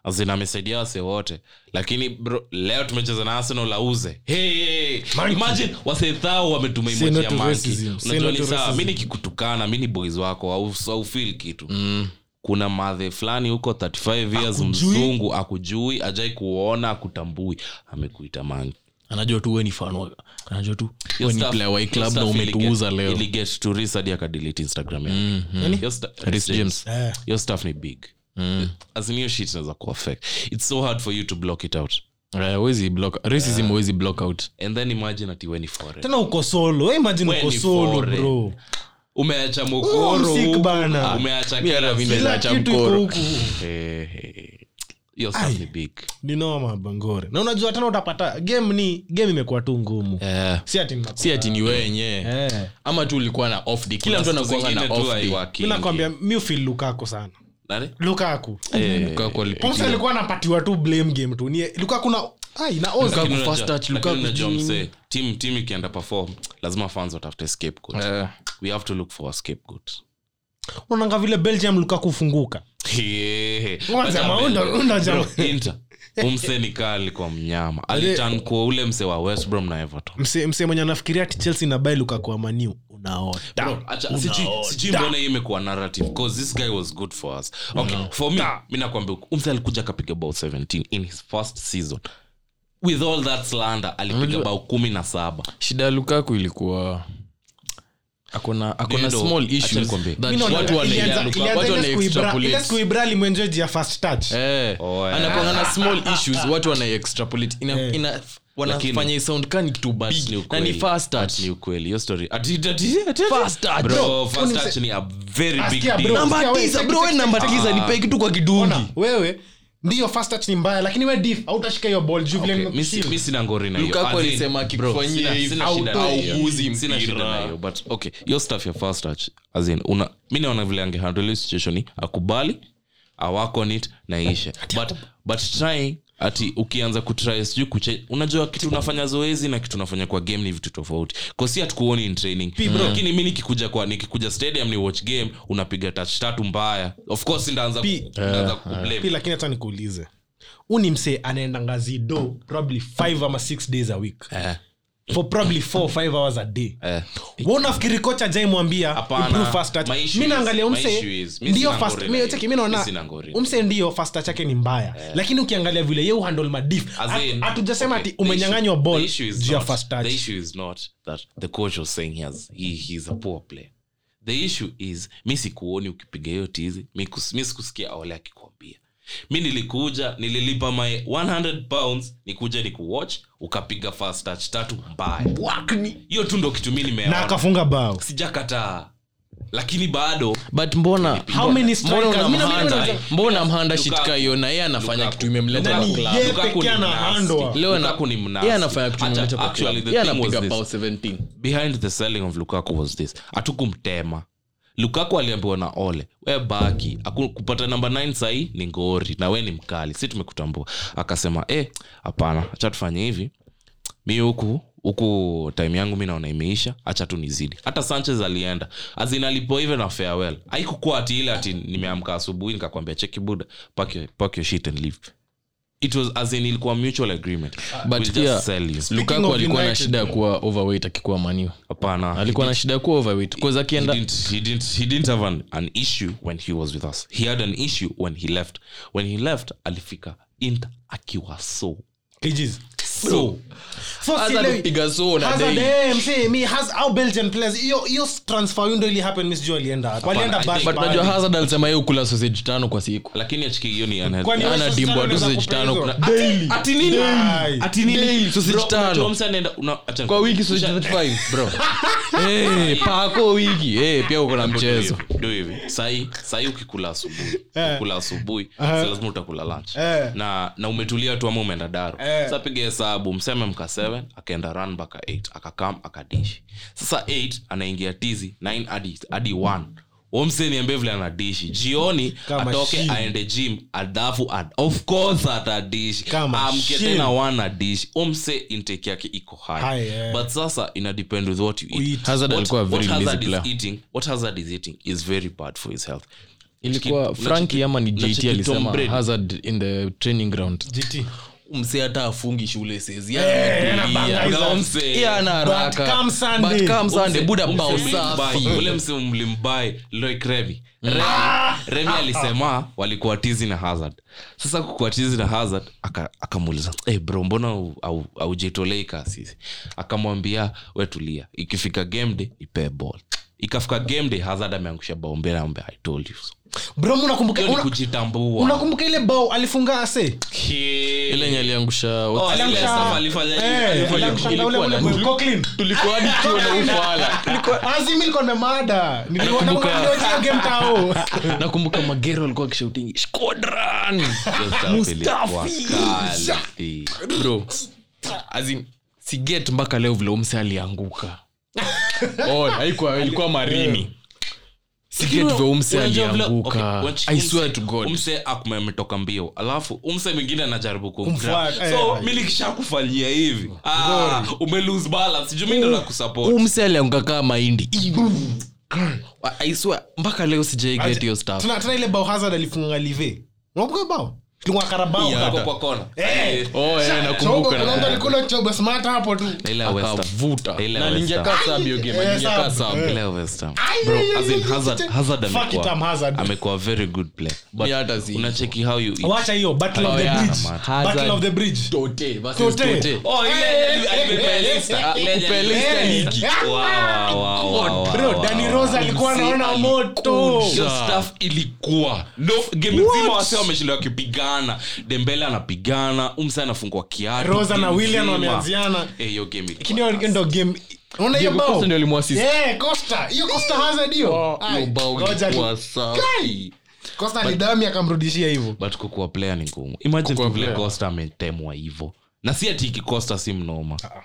azin amesaidia wase wote lakini bro leo tumecheza na arsenal auze hey, hey, hey. imagine wase thao wametuma
Say no
emoji ya
to
monkey.
racism. Say
Unajua
no
ni
to
sawa
racism.
mi nikikutukana mi ni boys wako au, au feel kitu
Mm.
kuna madhe fulani huko 35 years mzungu akujui ajai kuona akutambui amekuita manki
anajua tu we ni fan wa- anajua tu we ni player wa hii club na umetuuza leo
iliget to ris hadi akadilete instagram yake Hiyo sta-
Reece James. Mm.
eh,
your stuff ni big as in hiyo shit inaweza kuaffect it's so hard for you to block it out
Eh, huwezi block racism huwezi block out
and then imagine ati weni foreign
tena uko solo we imagine
We
uko
ni
solo
foreign.
bro
umeacha
Oh,
mokoro
msik
huku,
bana.
umeacha
Mi hata
kila
vile-
kila-
kila
Inacha
kitu iko
mkoro.
huku
Eh, eh, your stuff ni big
ni noma bangore na unajua tena utapata game ni game imekuwa tu ngumu
Eh,
si ati mnapata-
si ati ni wewe wenyewe
Eh.
ama tu ulikuwa na off day kila mtu
Siku
anakuanga
zingine
na
tu
off day
haiwaki.
mi nakwambia mi ufil lukaku sana
Nani?
lukaku
Eh,
Lukaku alipitia.
pomsa alikuwa anapatiwa tu blame game tu ni lukaku na ai na oza
Lakini
fast
unajua-
touch,
lakini
Lukaku
unajua
juu.
msee, team- team ikienda perform lazima fans watafute scapegoat
Eh,
we have to look for a scapegoat
unaanga vile belgium lukaku funguka
Yeah.
Ngoja
Acha
jamaa, unda-
mbele.
unda jamaa.
Bro, Inter. Huyu msee ni kaa alikuwa mnyama alitan kuwa ule msee wa west brom na everton
mse mse mwenye anafikiria ati chelsea na bai lukaku amaniu unaota
Bro, acha- sijui- sijui mbona hii imekuwa narrative cause this guy was good for us okay for me mi nakwambia huku, huyu msee alikuja akapiga bao 17 in his first season with all that slander alipiga bao kumi na saba
shida ya lukaku ilikuwa akona akona
Ndio,
small
acha
issues
nikwambie.
that
Mi naona
watu wana-
ilianza-
yeah, Lukaku-
ilianza
watu
ile
wana
siku Ibra-
extrapolate.
ile siku Ibra alimwenjoji ya first touch
Eh,
Oh, yeah.
anakuanga na small issues watu wana extrapolate ina,
Eh.
ina wanafanya
Lakini-
isound kani too
But ni
big na ni
ukweli.
fast
But ni
touch
ukweli hiyo story Ati- ati- ati- ati-
Fast touch.
Bro,
Bro,
first
mse-
touch ni a very big
Askia,
deal. Ah.
bro.
namba
Sikia,
tisa
we,
bro we
seki-
namba
seki-
tisa nipee kitu kwa kidungi
Ona, wewe ndiyo first touch ni mbaya lakini we dif hautashika hiyo ball juu vile
Okay, mi si-
nimekushika.
mi sina ngori na hiyo.
Lukaku
As in,
alisema
bro,
akikufanyia
sina-
hivi,
sina
au-
shida na
au
hiyo.
guzi
Sina shida
mpira.
na hiyo, but, okay, hiyo stuff ya first touch as in, una- mi naona vile angehandle hiyo situation ni akubali awako nit na ishe but, but trying ati ukianza kutry sijui kuche unajua kitu unafanya zoezi na kitu unafanya kwa game ni vitu tofauti kosi hatukuoni in training lakini mi nikikuja kwa nikikuja stadium ni watch game unapiga touch tatu mbaya of course ndaanza ku-
Pi-
ndaanza kublame
Pi, lakini hata nikuulize huu ni msee anaendanga zido probably 5 ama 6 days a week
Eh,
for probably 4 or 5 hours a day
eh.
wonafikiri kocha jaimwambia
Hapana, my issue
mi
is-
naangalia
my
umse
issue is, mi
ndio
sina
first-
ngori
mi-
na hiyo.
cheki, mi naona um,
Mi sina ngori. Eh.
umse ndio fasta chake ni mbaya lakini ukiangalia vile ye uhandle madif
As in,
hatujasema
okay,
ati
the
umenyanganywa
issue- the
ball
issue is
juu ya
not-
first
the
touch
issue is not that the coach was saying he has, he, he's a poor player the issue is mi sikuoni ukipiga hiyo tizi mi kus- mi sikusikia aole akikwambia mi nilikuja nililipa my 100 pounds nikuja nikuwatch ukapiga fast touch tatu mbaya
Wak ni-
hiyo tu ndo kitu mi
na
nimeona
akafunga bao
sijakataa lakini bado
but mbona
How
mbona
many strikers? Mimi na- mimi
unamhanda
na-
mbona mhanda
Lukaku.
shit kayo na yeye anafanya
Lukaku.
kitu imemleta
Lukaku.
kwa club
Ye Yeah.
Lukaku
pekee
ni
ana
nasty.
handwa.
leo ana-
Lukaku ni mnasty.
yeye anafanya kitu
Acha,
imemleta kwa
actually,
club
the
yeye
thing was
anapiga
this.
bao 17
behind the selling of lukaku was this hatukumtema lukaku aliambiwa na ole we baki Aku- kupata namba 9 sahii ni ngori na we ni mkali si tumekutambua akasema e hapana hacha tufanye hivi mi huku huku time yangu mi naona imeisha hacha tu nizidi hata sanchez alienda azin alipo hivyo na farewell haikukuwa ati ile ati nimeamka asubuhi nikakwambia cheki buda pack your- pack your shit and leave it was as in ilikuwa mutual agreement
but
we'll
pia
just sell you
of
lukaku alikuwa na
United,
shida ya kuwa overweight akikuwa maniu
hapana
alikuwa na shida ya kuwa overweight cause
he
akienda
didn't, he didn't, he didn't have an, an issue when he was with us he had an issue when he left when he left alifika inter akiwa so
Ages.
so
So,
Hazard
sielewi.
kupiga so na
Hazard,
Dele.
eh, msee, mi, Haz- au Belgian players, hiyo- hiyo transfer window ilihappen, mi sijui walienda wapi. Walienda
I
back
think-
but najua
back.
hazard alisema yeye ukula sausage tano kwa siku
lakini achiki hiyo ni
Kwani
unhealthy.
wewe
ana
sausage
dimbwa
tano
tu
unaweza
sausage tano
kupewa
kuna
hizo?
Daily.
Ati nini?
Daily.
Ati nini?
Daily, sausage
Bro,
tano.
unajua msa anaenda- una- acha-
kwa wiki sausage 35 bro hey, pako wiki hey, pia uko na mchezo
Do hivi. Sahi- sahi ukikula asubuhi
Eh.
ukikula asubuhi
Aha.
si lazima utakula lunch
Eh.
na na umetulia tu ama umeenda daro sasa piga hesabu mseme mka 7 akaenda run back 8 akakam akadishi sasa 8 anaingia tizi 9 hadi hadi 1 omse niambie vile anadishi jioni
Kama
atoke
shini.
aende gym adhafu ad, of course atadishi
Kama
amke
shini.
tena wana dish omse intake yake iko high
High, eh.
but sasa ina depend with what you eat
Eat.
hazard
What-
alikuwa a
what
very lazy
Hazard is
player
eating- what Hazard is eating is very bad for his health
ilikuwa franki ama ni jt
unacheki Tom
alisema
Brady.
hazard in the training ground
GT.
mse hata afungi shule sezi
anabanga hizo.
Iya, ana haraka.
But come Sunday.
But come Sunday, buda bao safi.
ule msee mlimbai loik revi
Mm.
revi, revi alisema walikuwa tizi na hazard sasa kukuwa tizi na hazard aka- akamuuliza hey bro mbona au- au- haujitolei kaa sisi akamwambia we tulia ikifika game day ipee ball ikafika game day hazard ameangusha bao mbele ambe i told you so."
Bro, unakumbuka-
Hiyo ni
una-
kujitambua
unakumbuka ile bao alifunga ase
Ki-
ile nye aliangusha
Oh,
Aliamsha-
ile stuff alifanya-
Eh,
alifanya-
aliamsha
ilikuwa
ule- ule
nani?
boy, Coughlin.
tulikuwa hadi chuo na ufala
Azimi iko na mada Niliona-
Nakumbuka-
niliona game tao.
nakumbuka magero alikuwa akishautingi skodran
Ah,
bro as in, siget mpaka leo vile umse alianguka Oh, haikuwa- ilikuwa marini siget vile umse alianguka i swear to god
umse akumetoka mbio alafu umse mwingine anajaribu kumfuata.
Kumfuata,
so
eh.
mi nikishakufanyia hivi ah, ume lose balance juu mi ndo nakusupport.
umse alianguka kaa mahindi i swear mpaka leo sijaiget hiyo stuff
Tuna- tuna ile bao hazard alifunga live unakumbuka bao Alifunga karabao
Uko kwa kona. Eh,
Oh, eh,
Chogo,
nakumbuka
kuna mtu
na-
alikula chogo smart hapo tu
na ile ya West Ham.
akavuta
Ile
na
West Ham.
ningekaa sub hiyo game,
Eh,
ningekaa
sub.
sub.
Ile ya West Ham.
Ai,
Bro,
ai, ai,
as in
ai,
Hazard-
ai.
Hazard
Fuck
amekuwa-
it, I'm Hazard.
amekuwa a very good player But
Mi hata si-
unacheki how you eat.
wacha hiyo battle of
Oh,
the
yeah.
bridge
Hazard.
battle of the bridge
Tote versus
Tote.
Tote.
Oh, ile-
Eh,
ile-
eh,
ile-
eh,
Pelista.
eh,
Ile-
Pelista
ile-
ligi.
Wow, wow, wow, wow, wow,
bro
wow,
dani
wow.
rose alikuwa
Mzee
anaona
ali-
moto
Hiyo stuff ilikuwa no, game nzima wase wameshinda wakipigana dembele anapigana umsa anafungwa kiatu
Rosa
game
na Willian
nzima.
wameanziana.
Eh, hiyo game ilikuwa
lakini hiyo
nuts.
ndo game unaona hiyo
Diego
bao
Costa ndio alimuassist.
eh costa hiyo costa hazard
Oh,
hiyo Ai,
Hiyo bao
ngoja
ilikuwa
tu.
safi.
Kai! costa alidami akamrudishia hivyo
but kukuwa player ni ngumu imagine
Kukuwa
tu vile
player.
costa ametemwa hivyo na si ati ikikosta si mnoma
Ah,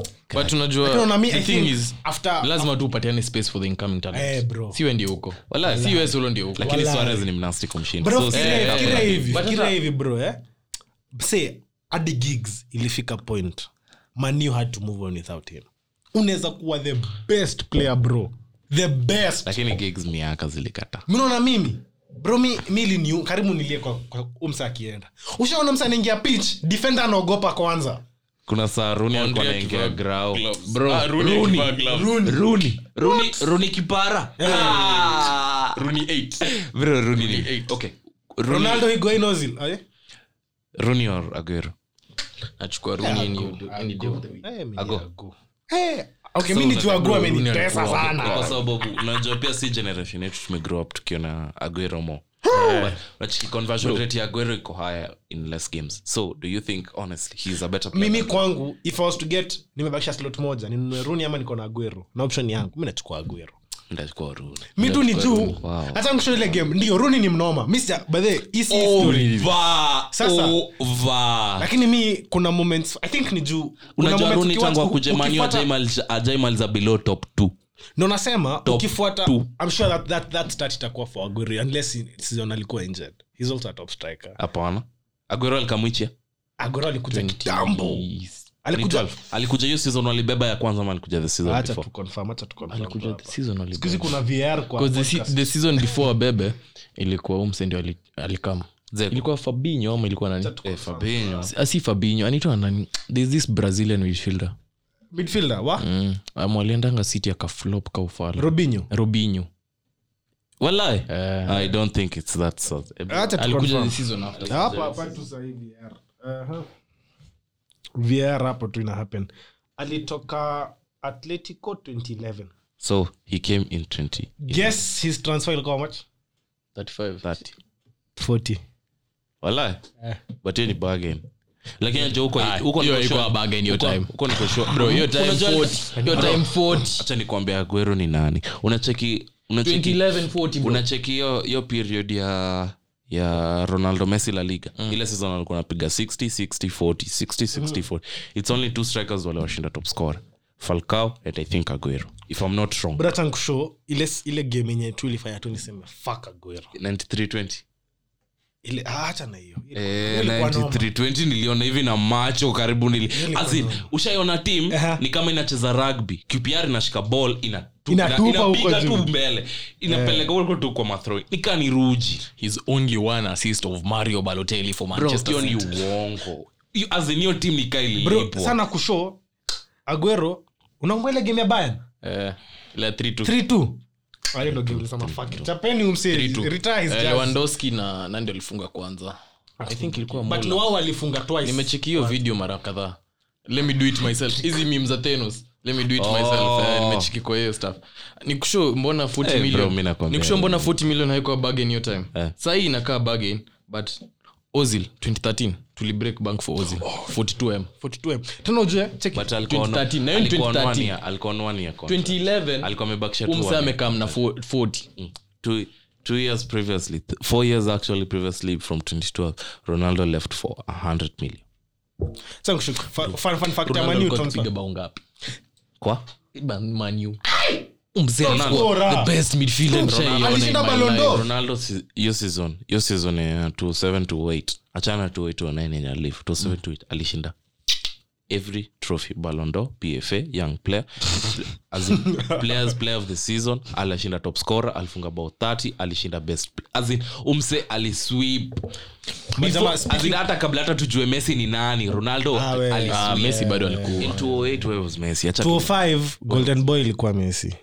But
Lakini
unajua
una mi-
the
I
thing
think
is
after-
lazima tu upatiane space for the incoming
Eh,
talent
bro.
siwe ndio huko
Wala.
si wewe solo ndio huko
lakini
Walai.
suarez ni mnasti kumshinda
bro
So,
fikiria-
eh,
fikiria
eh,
hivi
But
fikiria
hata-
hivi bro eh say hadi gigs ilifika point manu had to move on without him unaweza kuwa the best player bro the best
lakini gigs miaka zilikata
minaona mimi bro mi, mi liniu, karibu nilie kwa, kwa umsa akienda ushaona msa anaingia pitch defender anaogopa kwanza
kuna saa runi alikuwa anaingia grao
Bro, Rooney.
Rooney.
runi runi kipara Ah. Bro, Rooney ni- Okay. Rooney-
ronaldo higuain ozil aye?
Rooney or Aguero?
nachukua Rooney any- any day of the week.
Eh, mi-
Ago.
Eh, okay mi
So,
nijua
unataka-
gua
Rooney
amenitesa
alikuwa-
kwa
sana
sababu unajua pia si generation yetu tumegrow up tukiona aguero mo But unachiki conversion rate ya aguero iko higher in less games so do you think honestly he's a better player
mimi
than-
kwangu if i was to get nimebakisha slot moja ninunue runi ama niko na aguero na option yangu mi nachukua aguero
Ndachukua Rooney.
mi tu ni juu
Wow.
hata mkisho ile game ndio runi ni mnoma mi sija- by the way, hii si
Oh,
story.
Over.
Sasa-
Over.
lakini mi kuna moments i think ni juu kuna
unajua
moments
runi
ukiwa-
tangu akuje Man U
ukifuata-
hajaimaliza- hajaimaliza ah, below top two
ndo nasema ukifuata
two.
i'm sure that, that, that start itakuwa for aguero unless he- season alikuwa injured he's also a top striker
hapana aguero alikamwichia
aguero alikuja kitambo alikuja
Ni 12. alikuja hiyo season walibeba ya kwanza ama alikuja the season
Ah, acha
before
tu confirm acha tu confirm
Alikuja
hapa.
the season
siku
alikuja.
hizi kuna vr kwa
'Cause the se-
podcast.
the season before bebe ilikuwa umse ndio alikama Zeko.
ilikuwa fabinyo ama ilikuwa nani Eh,
Tuko-
Ah, si fabinyo anaitwa nani there's this brazilian midfielder
midfielder wa
mm. mwaliendanga city akaflop kaufala
robinho
robinyo
Walai.
Eh.
i don't think it's that sort.
acha tu
alikuja
confirm.
this season after
hapa hapa tu sahii vr Aha. vr Uh-huh. hapo tu ina happen alitoka atletico 2011
so he came in 20
guess his transfer ilikuwa how much
30
40
Walai. but hiyo ni bargain lakini najua huko-
Eh. Ah,
huko
hiyo
niko
ilikuwa
sure-
bargain hiyo
huko-
time.
huko niko sure.
hiyo time
Unajua-
40. Hiyo
Bro,
time 40.
acha nikwambia aguero ni nani unacheki unacheki
2011 40 bro.
unacheki hiyo hiyo period ya ya ronaldo messi la liga
Mm.
ile season alikuwa anapiga 60 60 40 60 60 40 it's only two strikers wale washinda top scorer falcao and i think aguero if i'm not wrong
bratankusho ile ile game yenye tu ilifanya tu niseme fak aguero
93 20
ile ah, acha na hiyo Ile-
Eh,
ilikuwa noma.
93-20 niliona hivi na macho karibu nili As in, ushaiona tim
Aha.
ni kama inacheza rugby qpr inashika ball inatu- ina-
Inatupa huko
inapiga
juu. Eh.
tu mbele inapeleka huko tu kwa mathro nikaa ni ruji
his only one assist of mario balotelli for
Bro,
manchester
hiyo ni
City.
uongo Hiyo- as in, hiyo tim nikaa
bro
ililipwa
sana kusho aguero unakumbuka ile game ya bayan
Eh, la 3-2.
3-2 Ah, hiyo ndo game nilisema fuck it. chapeni umse retire his
Eh,
jersey.
lewandowski na nandi alifunga kwanza i think ilikuwa
but
Muller.
wao walifunga twice
nimecheki hiyo video mara kadhaa let me do it myself hizi mim za tenos let me do it
Oh.
myself Eh, nimecheki kwa hiyo stuff nikusho mbona 40
Eh, bro, mi
million
nakwambia.
nikusho mbona 40 million haikuwa bargain hiyo time
Eh.
saa hii inakaa bargain but ozil 2013 tulibreak bank for ozil 42m
42 tena ujue check it.
But alikuwa on-
2013, na hiyo ni
alikuwa on
2013.
one year- alikuwa on one year contract.
2011
alikuwa amebakisha tu one
umsa
year. Mm.
amekam na 40
two two years previously th- four years actually previously from 2012 ronaldo left for 100 million
Sasa kushuka. Fa- fun- fun fact ya Man U
Ronaldo alikuwa
transfer.
akipiga bao ngapi
kwa
Ba- Man U. Umse alikuwa
Bora.
the best midfielder nishaiona in
Alishinda
my
Ballon
life.
d'Or.
ronaldo si- hiyo season hiyo season ya 27 to 8 achana 28 to 9 yenye alive 27 to 8 alishinda every trophy balondo pfa young player as in, players player of the season alishinda top scorer alifunga bao 30 alishinda best as in umse alisweep Before-
ama
as in, hata kabla hata tujue messi ni nani ronaldo
Ah, we.
alisweep.
Ah, messi bado alikuwa
In 208 where was messi acha tu-
205 golden boy ilikuwa messi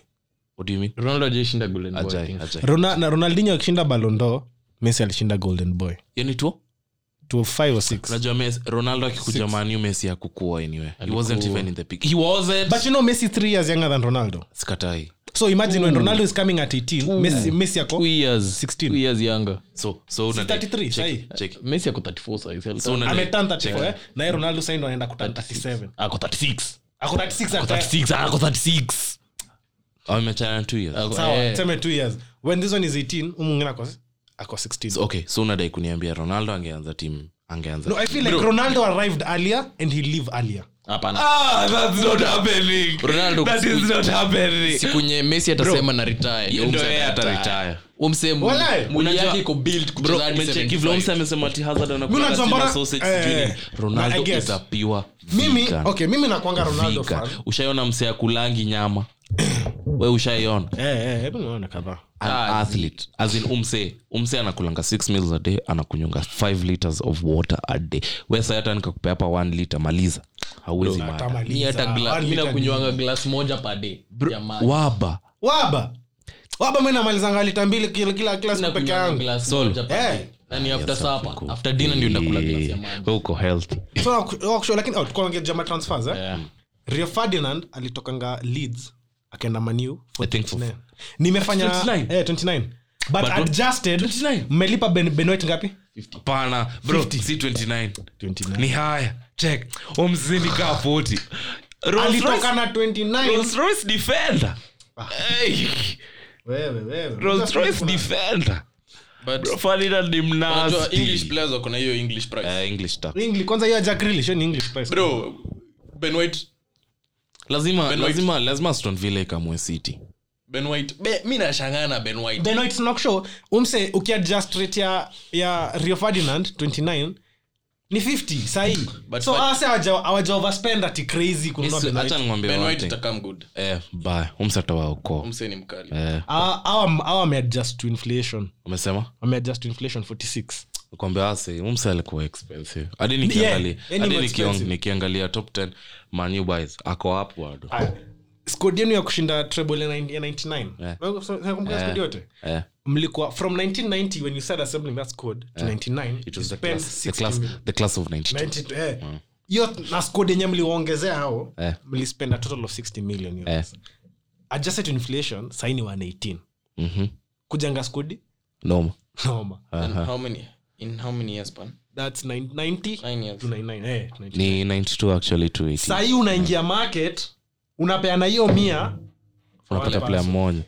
what do you mean
ronaldo ajaishinda golden boy, I
Ajay,
think.
ajay.
Rona- na ronaldinho akishinda balondo messi alishinda golden boy
Hiyo ni tu
205 or 6
unajua Messi- ronaldo akikuja manu messi hakukua anyway he wasn't even in the pic he wasn't
but you know messi 3 years younger than ronaldo
sikatai
so imagine when ronaldo is coming at 18 messi, messi ako
Two years,
16.
two years younger
so so
Si
una-
33 sahi.
check, check.
messi ako 34 saizi.
So una-
ametan 34 eh? na yeye ronaldo sasa ndo anaenda kutan 37
ako 36
ako 36
ako
at eh?
36 ako 36
wamechana Oh, two years
Ako-
sawa
eh.
tuseme 2 years when this one is 18 huyu mwingine ako ako 16
So, okay so unadai kuniambia ronaldo angeanza tim angeanza
no i feel like ronaldo arrived earlier and he leave earlier
Hapana.
Ah, that's not happening.
Ronaldo
That is
siku-
not happening.
siku nye messi atasema na retire
Ndio yeye ataretire.
Walai,
umsemuli
unajua-
yake iko build
Bro, umecheki vile Holmes amesema ati Hazard anakula
Mimi najua
Arsenal
mbona-
sausage
eh,
sijui nini.
eh, I
ronaldo
guess.
is a pure
mimi
vegan.
okay mimi nakwanga ronaldo
Vegan.
fan
ushaiona msea kulangi nyama we ushaiona
eh eh hebu nione kadhaa
An
Ah,
athlete. As in umse umse anakulanga 6 meals a day anakunyunga 5 liters of water a day wesa hata nikakupea hapa 1 liter maliza hauwezi mada.
atamaliza. One liter
nakunywanga glas moja pa day ya maji.
waba
waba waba mi namalizanga lita mbili kila kila kila siku peke
Nakunywanga
yangu
glass moja per
Eh.
day. Na ni after supper. After dinner ndio ndakula glass ya maji.
We uko healthy
so waku- wakusho- lakini oh, tulikuwa tunaongea jama transfers eh
Yeah.
rio ferdinand alitokanga leeds akaenda maniu
I think for-
nimefanya
29?
eh, 29 but, adjusted mmelipa ben, benoit ngapi
pana bro si 29 ni haya check umzini kaa 40 Rolls
alitoka
Royce-
na 29
Rolls Royce defender Hey,
wewe wewe
Rolls Royce defender
But-
Bro, Ferdinand ni mnasty.
Unajua, english players wako na hiyo english price
Eh, English talk.
english kwanza hiyo jack relish ni english price
bro ben white
lazima
Ben White.
lazima lazima aston villa ikamue city
ben white Be, mi nashangaa na ben white
benoit snockshow umse ukiadjust rate ya ya rio ferdinand 29 ni 50 sahii
But-
so ah,
but-
ase awaja overspend ati crazy kununua benoit
Acha nikwambie
ben
one
white
thing.
itakam good
Eh, bye umsata wa uko
mseni mkali
Eh,
awa ameadjust to inflation
umesema ah,
wameadjust to inflation 46
kwambease umse alikuwa expensive hadi
yeah,
nikiangalia
yani
hadi
ni
nikiong-
expensive.
nikiangalia top 10 manu boys ako upward
skod yenu ya kushinda treble ya 99
Yeah.
Wewe unakumbuka squad yote
eh.
mlikuwa from 1990 when you started assembling that squad to 99
it was
you
the
spent
class, the
60
class, Mm.
million.
the class of 92
90 eh. hiyo na squad yenye mliwaongezea hao
Eh.
mlispend a total of 60 million euros.
eh.
adjusted to inflation saini wa 18
mhm.
kujanga skudi
noma
noma
And how many? In how many years, span?
thats 90
Nine years.
to 99 eh, 99.
ni 92 actually to 80
sahii unaingia market unapeana hiyo mia
unapata player mmoja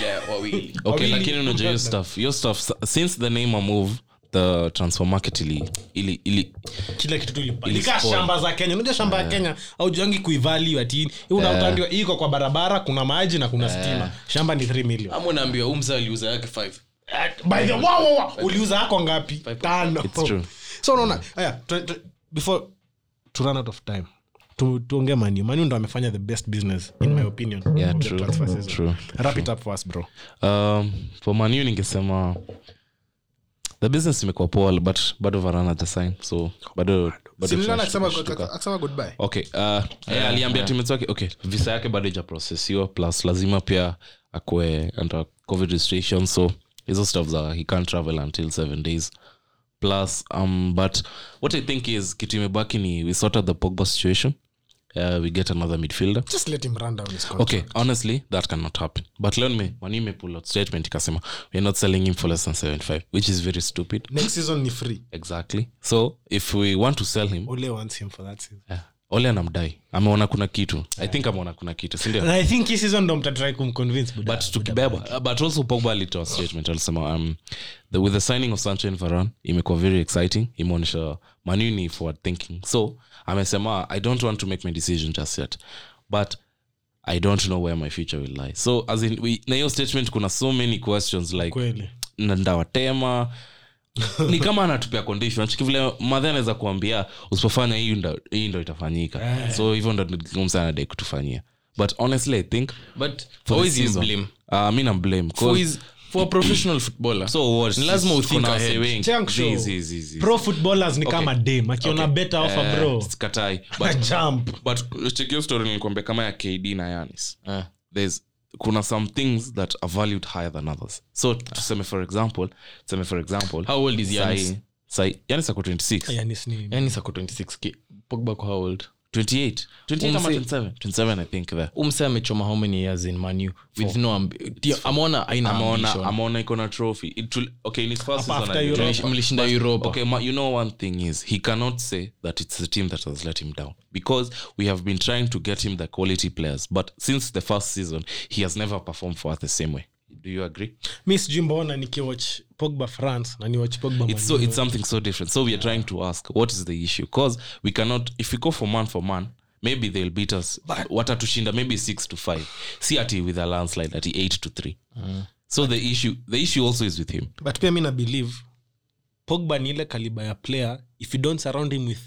Yeah, wawili.
okay
Wawili.
lakini unajua hiyo stuff hiyo stuff s- since the name of move the transfer market ili ili, ili
kila kitu
Ili
tulipalika
spoil. Eh.
shamba za kenya unajua shamba ya kenya aujuangi kuivali ati unatandiwa iko kwa barabara kuna maji na
Eh.
kuna stima shamba ni 3 million Eh,
Ama unaambiwa huyu mzee aliuza yake five.
by the wow, wow, wow. uliuza yako ngapi tano
Eh. It's true.
so unaona haya tu- tu- before to run out of time tu- tuongee manu manu ndo amefanya the best business in my opinion
yeah
of the
true
transfer season.
true
wrap it up for us bro
um, for manu ningesema the business imekuwa poa but bado varana at the sign so bado bado tunashtuka.
goodbye
okay uh, yeah, aliambia yeah. timu zake okay visa yake bado ijaprocessiwa plus lazima pia akue under covid restrictions so hizo stuff za he can't travel until seven days plus um, but what i think is kitu imebaki ni we sorted the pogba situation uh, we get another midfielder
just let him run down his contract.
okay honestly that cannot happen but leon me when me pull out statement ikasema we're not selling him for less than 75 which is very stupid
next season ni free
exactly so if we want to sell him
ole wants him for that season
Yeah. ole anamdai ameona kuna kitu i think ameona kuna kitu sindio
and i think hii season ndo mtatry kumconvince buda.
but tukibebwa but also pogba alitoa statement alisema um, the, with the signing of sancho and varan imekuwa very exciting imeonyesha manu ni forward thinking so amesema i don't want to make my decision just yet but i don't know where my future will lie so as in we, na hiyo statement kuna so many questions like
kweli
na ndawatema ni kama anatupia condition Chiki vile madhe anaweza kuambia usipofanya hii ndo- hii ndo itafanyika so hivyo ndo ngumu sana dai kutufanyia but honestly i think
But
for
who
the
is his
season,
blame?
uh, mi na blame 'Cause-
Who is- for a professional footballer.
so what
Ni lazima
sisi
uthink
kuna
ahead.
wase wengi.
Chang show.
Zizi, zizi, zizi.
pro footballers ni kama dem akiona better offer
Eh,
bro
sikatai
na
but
jump
but check hiyo story nilikwambia kama ya kd na yanis
Ah.
there's kuna some things that are valued higher than others so tuseme for example tuseme for example
How old is Yanis?
sai sai yanis ako 26
yani sini
Yanis ako 26k. Pogba kwa how old?
28 28 ama
Umse-
27 27 i think there
Umse amechoma how many years in Man U with no amb- Tio, ameona aina
ameona
ambition.
ameona iko na trophy it will, okay in his first
Apa
season
after
I
Europe?
guess.
Mlish- mlishinda europa
okay ma, you know one thing is he cannot say that it's the team that has let him down because we have been trying to get him the quality players but since the first season he has never performed for us the same way do you agree
mi sijui mbona nikiwatch pogba france na niwatch pogba
it's so
Man U.
it's something so different so we are trying to ask what is the issue because we cannot if we go for man for man maybe they'll beat us watatushinda maybe 6 to 5 see ati with a landslide ati 8 to 3 so the issue the issue also is with him
but pia mi na believe pogba ni ile kaliba ya player if you don't surround him with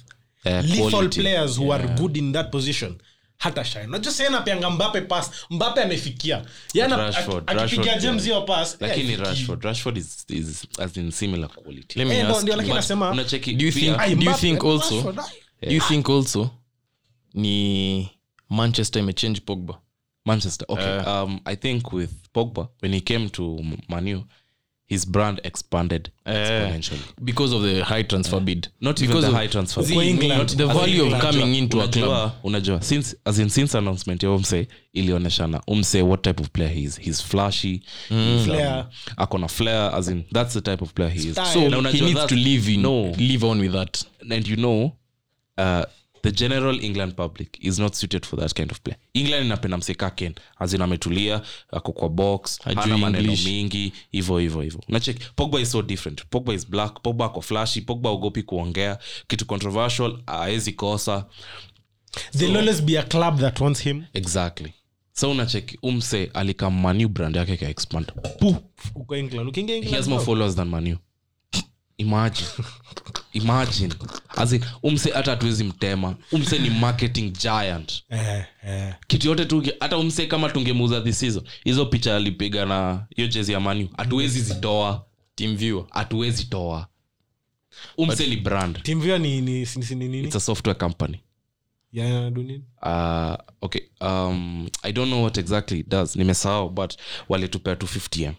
Eh,
lethal
quality.
players who are good in that position hata shine unajua sasa anapeanga mbape pass mbape amefikia yana
Rashford,
akipigia
Rashford,
James hiyo pass eh, yeah,
lakini
ifikii.
rashford rashford is, is as in similar quality
Let me
Eh, ndo-
ask
ndio
you,
lakini
but
nasema
unacheki
do you
pia-
think-
Ay,
do you
Mbappe,
think also
Rashford, ay.
do you think also ni manchester imechange pogba
manchester okay um, i think with pogba when he came to manu his brand expanded exponentially
because of the high transfer bid
not even
Because
the
of-
high transfer
Zee,
Kwa
ni-
England.
the
As
value of coming into a club
unajua, unajua since, as in, since announcement ya umse ilionyeshana umse what type of player he is he's flashy he's, um,
Flair.
ako na flair as in that's the type of player he is
Style.
so
Yeah,
na
he
unajua
needs
that-
to live in
no.
live on with that
and you know uh, the general england public is not suited for that kind of play england inapenda msekaken azin ametulia ako kwa box
Hajui
hana maneno
English.
mingi hivo hivo hivo nachek pogba is so different pogba is black pogba ako flashi pogba ogopi kuongea kitu controversial aezi kosa
there'll always be a club that wants him
exactly so unachek umse alikam manu brand yake ikaexpand pu
uko england ukiingia
he has
england oh. bro.
more followers than manu imagine imagine as in, umse hata hatuwezi mtema umse ni marketing giant
eh, eh.
kitu yote tu hata umse kama tungemuuza this season hizo picha alipiga na hiyo jezi ya manu hatuwezi zitoa
team viewer
hatuwezi toa umseni brand
timvia ni ni si- si- ni nini
it's a software company
Ya- ya do nini
uh, okay um, i don't know what exactly it does nimesahau but walitupea 250m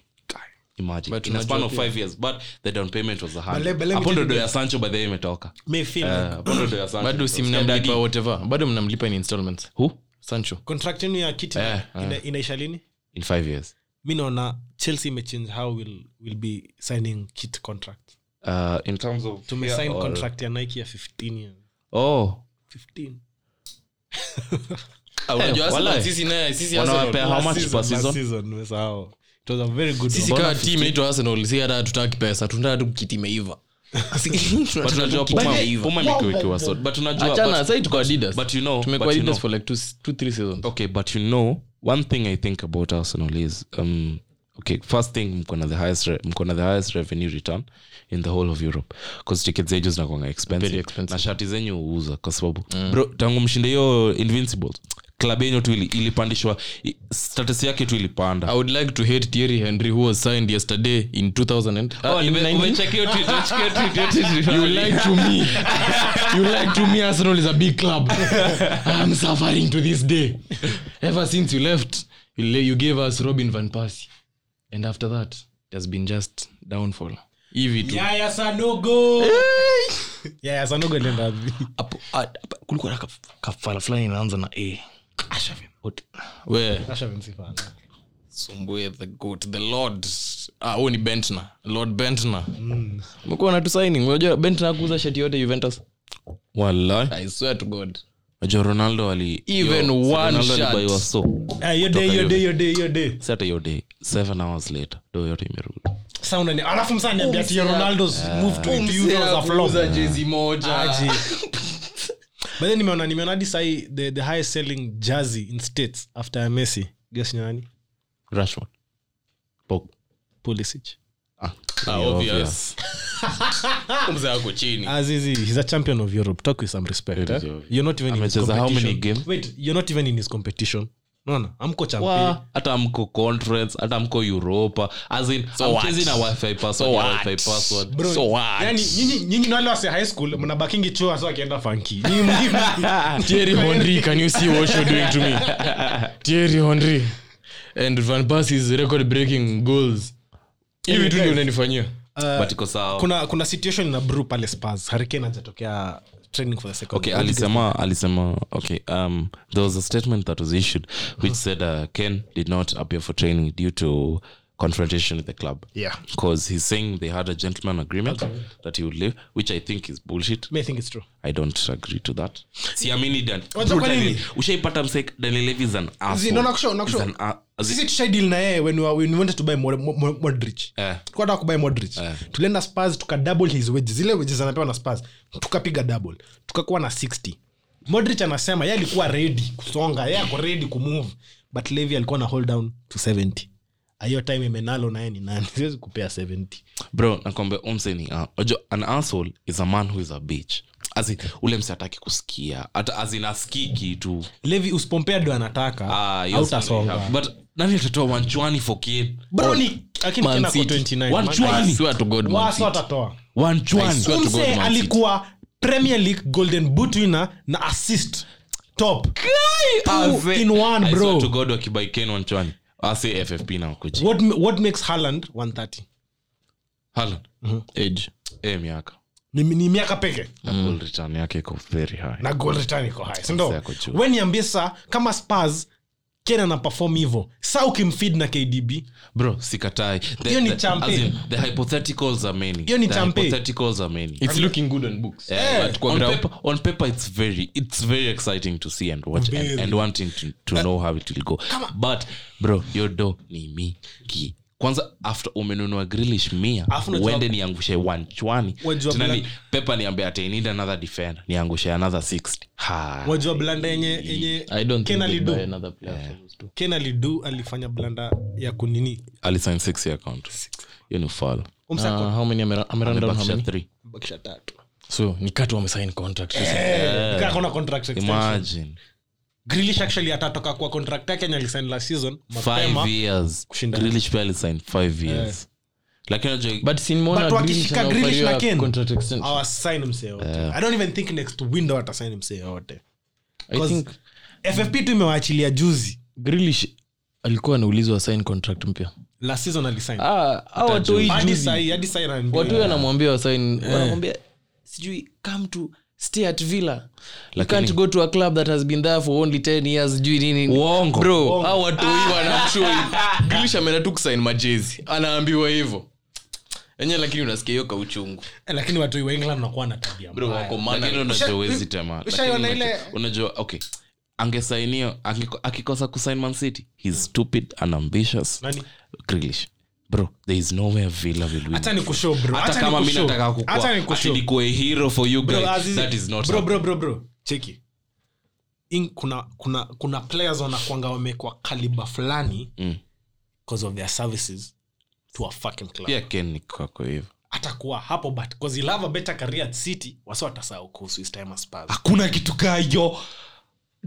imagine in a span of 5 years but the down payment was a
But let- but let me
hapo
tell
ndo
you
do ya sancho by the way imetoka
me feel
Eh,
like
hapo ndo do ya Sancho
bado si
imetoka. Step
mnamlipa
daddy.
whatever bado mnamlipa in installments
who
sancho
contract yenu ya
Eh,
kiti ina- inaisha lini
in 5 years
mi naona chelsea imechange how will will be signing kit contract
uh, in terms of
tumesign
Yeah, or-
contract ya nike ya 15 years
oh
15
Walai.
sisi naye sisi
Wanawapea how much per
Last
season
season, nimesahau. It was a very good
sisi
one.
kama timu inaitwa arsenal si hata hatutaki pesa tunataka tu kiti imeiva
But unajua Puma- Puma imekuwa ikiwa sold. But unajua- but-
sai tuko adidas
but you know-
tumekuwa
but you know-
adidas for like two, two three seasons
okay but you know one thing i think about arsenal is um okay first thing mko na the highest re- mko na the highest revenue return in the whole of europe because tickets zenyu zinakwanga expensive,
Very expensive. Mm.
na shati zenyu uuza kwa sababu bro tangu mshinde hiyo invincibles club yenyu tu ili, ilipandishwa i- status yake tu ilipanda
i would like to hate thierry henry who was signed yesterday in 2000 and, uh, in 19 you lied to me you lied to me arsenal is a big club i'm suffering to this day ever since you left you, la- you gave us robin van persie and after that it has been just downfall hivi tu
Yaya Sanogo. Yaya Sanogo alienda wapi?
Apo- a- a- kulikuwa na kaf- kafala fulani inaanza na a we
Asha Vinsifana.
sumbue the goat the lord ah, huyu ni bentner lord bentner umekuwa na tu signing unajua bentner hakuuza shati yote juventus
Walai.
i swear to god
Unajua ronaldo ali
Even
yo,
one
Ronaldo
shot.
alibuyiwa so
Ah, hiyo day, hiyo day, hiyo day, hiyo day.
si hata hiyo day seven hours later do yote imerudi
Sasa unani- alafu msanii aniambia ati Ronaldo's move to Juve was a flop. Aje. By the way, nimeona nimeona hadi sahi the, the highest selling jersey in states after ya messi guess ni nani
rashford Pogba.
Pulisic.
Ah,
Yeah,
obvious.
obvious.
Ah, Mzee ako chini
Azizi, he's a champion of europe talk with some respect eh?
is obvious.
you're not even in his
Amecheza how many
competition.
game?
wait you're not even in his competition naona amko champion
Wa, hata mko conference hata mko europa as in amchezi na wifi password ya wifi password
Bro,
So what?
yani, nyinyi- nyinyi ni wale wase high school mnabakingi chuo hasa wakienda fanki Nyinyi mlimi.
Thierry Henry, can you see what you're doing to me? Thierry Henry and Van Persie's record-breaking goals. Hivi tu ndio unanifanyia.
but iko sawa
kuna kuna situation na brew pale spurs hurricane hajatokea training for the second
okay
game.
alisema alisema okay um there was a statement that was issued which said uh, ken did not appear for training due to confrontation with the club
Yeah.
because he's saying they had a gentleman agreement that he would leave which i think is bullshit
Me, I think it's true
i don't agree to that siamini Dan-
Wajua
Bro,
kwa nini?
Daniel, ushaipata msek daniel Levy is an
Zii,
asshole.
naona kusho- naona
He's
kusho-
an a- as in-
sisi tushai deal na yeye when we were- when we wanted to buy Mod- Mod- modric
Eh.
Tulikuwa tunataka kubuy modric tulienda spurs tuka double his wages zile wages anapewa na spurs tukapiga double tukakuwa na 60 modric anasema ye alikuwa ready kusonga ye ako ready kumove but levy alikuwa na hold down to 70 hiyo time imenalo naye ni nani siwezi kupea 70
bro nakwambia umseni uh, an asshole is a man who is a bitch as in, ule msi ataki kusikia hata azinaskii kitu
levy usipompea ndo anataka
Ah, yes,
autasonga
but nani atatoa wanchwani for kid
bro ni lakini
Man
tena kwa
City.
29
One
man-
chwa-
I swear to God, man.
Waso atatoa
wanchwani
swear to God,
Umse
Man City.
alikuwa premier league golden boot winner na assist top Two in one
I swear
bro
to god wakibai ken wanchwani ase ffp na wakuji
what, what makes Haaland 130
halan
Mm-hmm. Age. Mm.
e miaka
ni, ni miaka peke
na goal return yake iko very high
na goal return iko high sindo
Yako juu.
we niambie saa kama spurs kena na perform hivo saa ukimfid na kdb
bro sikatai The-
Hiyo ni
the-
champe.
as in, the hypotheticals are many
Hiyo ni Eh.
The
champe.
hypotheticals are many Eh,
It's looking good on books. But kwa
on
ground-
paper, on paper it's very it's very exciting to see and watch and, and wanting to,
Eh.
to know how it will go but bro your do ni miki kwanza after umenunua grilish mia
Alafu unajua-
uende niangushe wanchwani
Wajua
Tena ni-
Black-
pepa niambia ati I need another defender niangushe another 60 ha
wajua blanda yenye yenye
I don't think
Ken
they'll
alidu
buy another player for those two.
ken alidu alifanya blanda ya kunini
alisign 6 year contract hiyo ni fall
umse
Uh, how many ame- ame run down how
Bakisha
many?
three.
akobakisha tatu
So, ni kati wamesign contract. Eh.
Kaa kuna contract extension
imagine
Grealish actually atatoka kwa contract yake yenye alisign last season mapema
five years
kushinda. Eh.
grilish pia alisign 5 years lakini unajua-
but sinimwona
But
Grealish
wakishika Grealish
anaoferiwa
na Kane,
contract extension.
awasain msee yote i don't even think next window atasain msee yote
Ah,
I
Cause-
think
ffp tu imewaachilia juzi
Grealish alikuwa anaulizwa sign contract mpya
la season alisain
Ah, hao watoi
hadi
juzi
sai hadi sai anaambiwa-
watu wanamwambia wasain
Eh.
wanamwambia sijui come to stay at villa you can't go to a club that has been there for only 10 years sijui nini
Uongo.
bro au watoi wanamshua hivi Grealish ameenda tu kusain majezi anaambiwa hivyo enyewe lakini unasikia hiyo kauchungu
Eh, lakini watu wa england wanakuwa na tabia
bro
mbaya.
wako
lakini
mana
unajua
Usha-
huwezi tema
usha-
Lakini
ushaiona
unajua-
ile-
unajua okay angesainio akiko- akikosa kusain mancity
Hmm.
he's stupid and ambitious
Nani?
Grealish. bro there is no way villa will win
Hata ni kushow, bro.
hata
Hata
kama
ni
mi
kushow.
nataka
Hata ni
kukua ati
kushow.
nikuwe hero for you
Bro,
guys
Azizi-
that is not
bro,
happening.
bro, bro, bro. cheki In, kuna kuna kuna players wanakwanga wamekuwa kaliba fulani
Mm.
because of their services to a fucking club
pia ken ni kwako hivyo
atakuwa hapo but because he'll have a better career at city wasa watasahau kuhusu his time at Spurs.
hakuna kitu kaa hiyo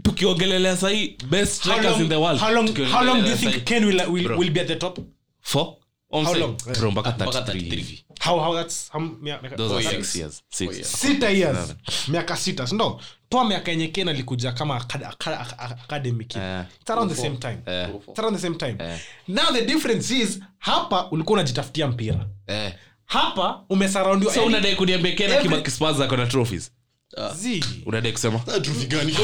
tukiongelelea sahii best
How
strikers
long-
in the world
how long- how long do you
Tukiongelelea
think
sahii-
Kane will- will-
Bro.
will be at the top?
Four? Onside.
long?
Bro, mpaka
Mpaka
33
33.
hivi.
How- how that's- how- miaka-
Those are
Six.
six years. Six.
sita years miaka sita sindo toa miaka yenye ken alikuja kama acad- acad- acad- academy kid.
Eh.
It's around the same time
Eh.
It's around the same time
Eh.
now the difference is hapa ulikuwa unajitafutia mpira
Eh.
hapa umesaraundiwa
so unadai kuniambia kena
every-
kibakispaz akona trophies
Zii.
unadai kusema
Ah,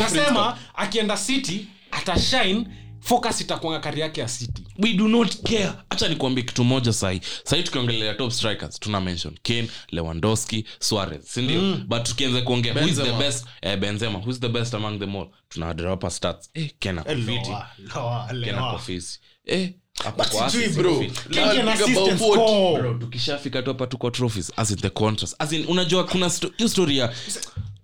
nasema akienda city atashine focus itakuanga kari yake ya city
we do not care hacha nikuambia kitu moja sahi sahii tukiongelelea top strikers tuna mention kane lewandowski suarez sindio mm. but tukianza kuongea who is the
Benzema.
best eh, benzema whois the best among them all tunawadrapa stats eh, kena kofiti
Loa, loa,
kena
loa.
kofisi eh, hapo
But
kwa
sijui,
assist,
bro.
kofisi.
Kane
Piga
ana assistance
bao forty.
score.
Bro, tukishafika tu hapa tuko trophies as in the contrast as in unajua kuna sto- hiyo story ya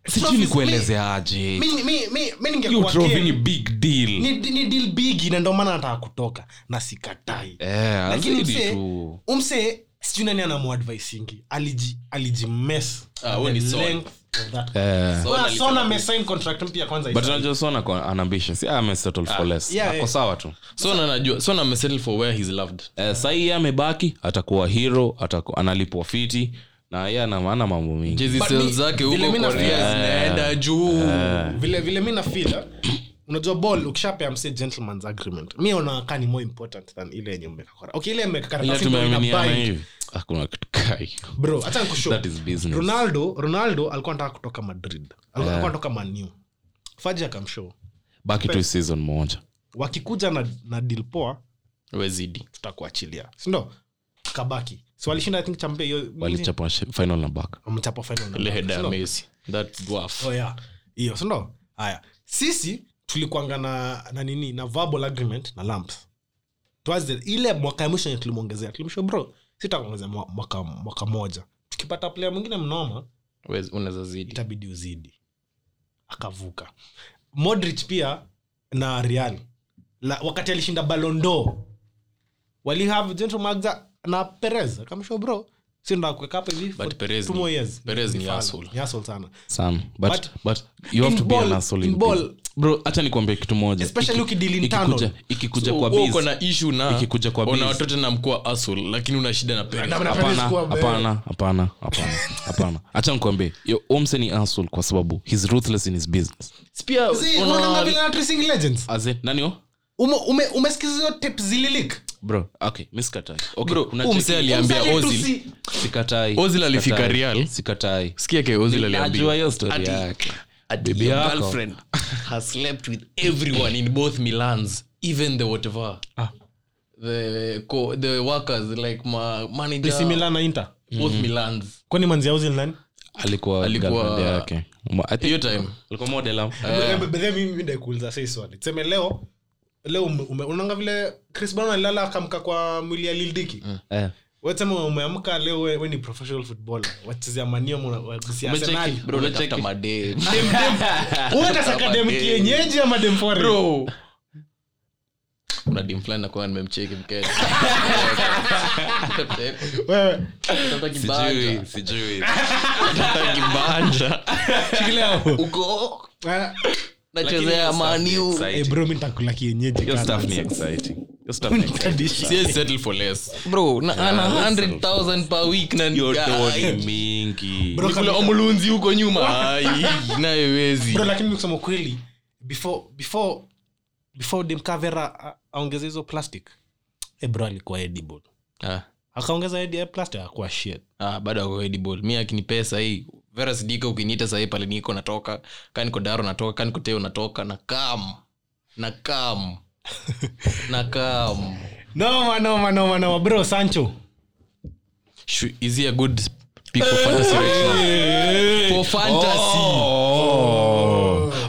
sijui ni
Trophies,
kuelezea aje
Mi- mi- mi- mi
hiyo
ningekuwa
trophy
Kane,
ni big deal
ni, ni deal bigi na ndio maana nataka kutoka na sikatai
Eh,
lakini
azidi
msee
tu.
umsee sijui nani anamuadvisingi aliji alijimes
Ah, huyu ni Son.
Eh.
sona amesain contract mpya kwanza
but
isaidie.
unajua Son ako- ana ambitions. Yeah, amesettle for less.
Ah, yeah,
Ako
yeah.
sawa tu
so nanajua so namesettle for where he's loved
Eh, sahi yeye amebaki atakuwa hero ataku- analipwa fiti na ye ana ana mambo mingi
jezi
But
sales
mi-
zake
vile
huko
mi na-
Korea zinaenda juu
Eh.
vile vile mi nafila unajua ball ukishapea mse gentleman's agreement mi naonaka ni more important than ile yenye mmekakora okay ile
Ila tumeaminiana
mmekakaratasi
hivi hakuna kitu kai
bro hata nikushow
that is business
ronaldo ronaldo alikuwa nataka kutoka madrid alikuwa yeah. kutoka manu faji akamshow
baki tu season moja
wakikuja na, na deal poa
wezidi
tutakuachilia sindo kabaki so walishinda i think champe hiyo
walichapa shi- final na back
wamechapa final na-
ile heda ya
sindo?
Messi that dwarf
Oh, yeah. hiyo sindo haya sisi tulikuanga na, na nini na verbal agreement na lamps Towards the- ile mwaka ya mwisho enye tulimwongezea tulimsho bro sitakuongezea mwa- mwaka, mwaka moja tukipata player mwingine mnoma
Wezi- unaweza zidi
itabidi uzidi akavuka modric pia na real la, wakati alishinda balondo walihave gentlemaza na perez akamsho bro sinda kuweka hapa hivi for
But Perez
two
ni-
more years.
Perez ni
Fala.
asshole.
Ni asshole sana
Sam, but,
But-
but, you have
in
to be an
ball-
asshole
in
in
ball-
business. bro hacha nikuambia kitu moja
Especially
Iki-
ukideal internal.
ikikuja- ikikuja
So,
kwa
wewe
biz-
uko na ishu na
ikikuja kwa
una
biz.
watoto na mkuwa asul lakini una shida na Perez.
Na- na Perez
hapana
kuwa mbele.
hapana hapana hapana hapana hacha nikwambie omse ni asshole kwa sababu he's ruthless in his business
pia
See,
una-
unaona vile na tracing legends
aze nani o
Ume- ume- umesikiza hiyo tape zililik
bro okay miskatai okay
Bro,
kuna
huyu
check-
msee aliambia Ozil
sikatai
Ozil alifika
sikatai,
Real.
sikatai
sikia ke Ozil
najua
aliambia
hiyo story
Ati-
yake
ati
Bibi
your
yako.
girlfriend has slept with everyone in both Milans even the whatever the co- the workers like ma manager
simila na inter
both Milans
kwani manzi ya uzil nani
alikuwa
Alikuwa-
girlfriend yake Ma- I think-
hiyo time
alikuwa model au?
Eh.
bedhe mimi ndaikuuliza sei swali tuseme leo leo ume- ume- unaanga vile chris brown alilala akamka kwa mwili ya lildiki
Eh.
wetsema umeamka leo we, we ni professional footballer wachezea
Umecheki,
maniomsiasenaliuetasakademki
bro, unatafuta madem.
yenyeji ama demfore
Kuna dem fulani nakuwa nimemcheki mkeka. Mtoto kibanja.
Sijui, sijui.
Mtoto kibanja. Uko, nachezea Man U.
Exciting.
eh, bro mi ntakula kienyeji
Hiyo
kaka.
stuff ni exciting.
Just a minute. Siwezi settle for less. Bro, na- ana 100,000 per week na-
yotoni mingi
Bro,
Nikula
kabisa.
omulunzi huko nyuma Ai, naye wezi
Bro, lakini kusema ukweli before before before dimkavera a- aongeze hizo plastic eh, bro alikuwa edible
Ah.
akaongeza edi ya plastic akakuwa shit
Ah, bado ako edible mi akinipesa hii vera sidika ukiniita sahii pale niko natoka ka niko daro natoka ka niko teo natoka na kam na kam na kam
noma noma noma noma bro sancho
Shoo, is he a good pick for fantasy right now? for fantasy
Oh.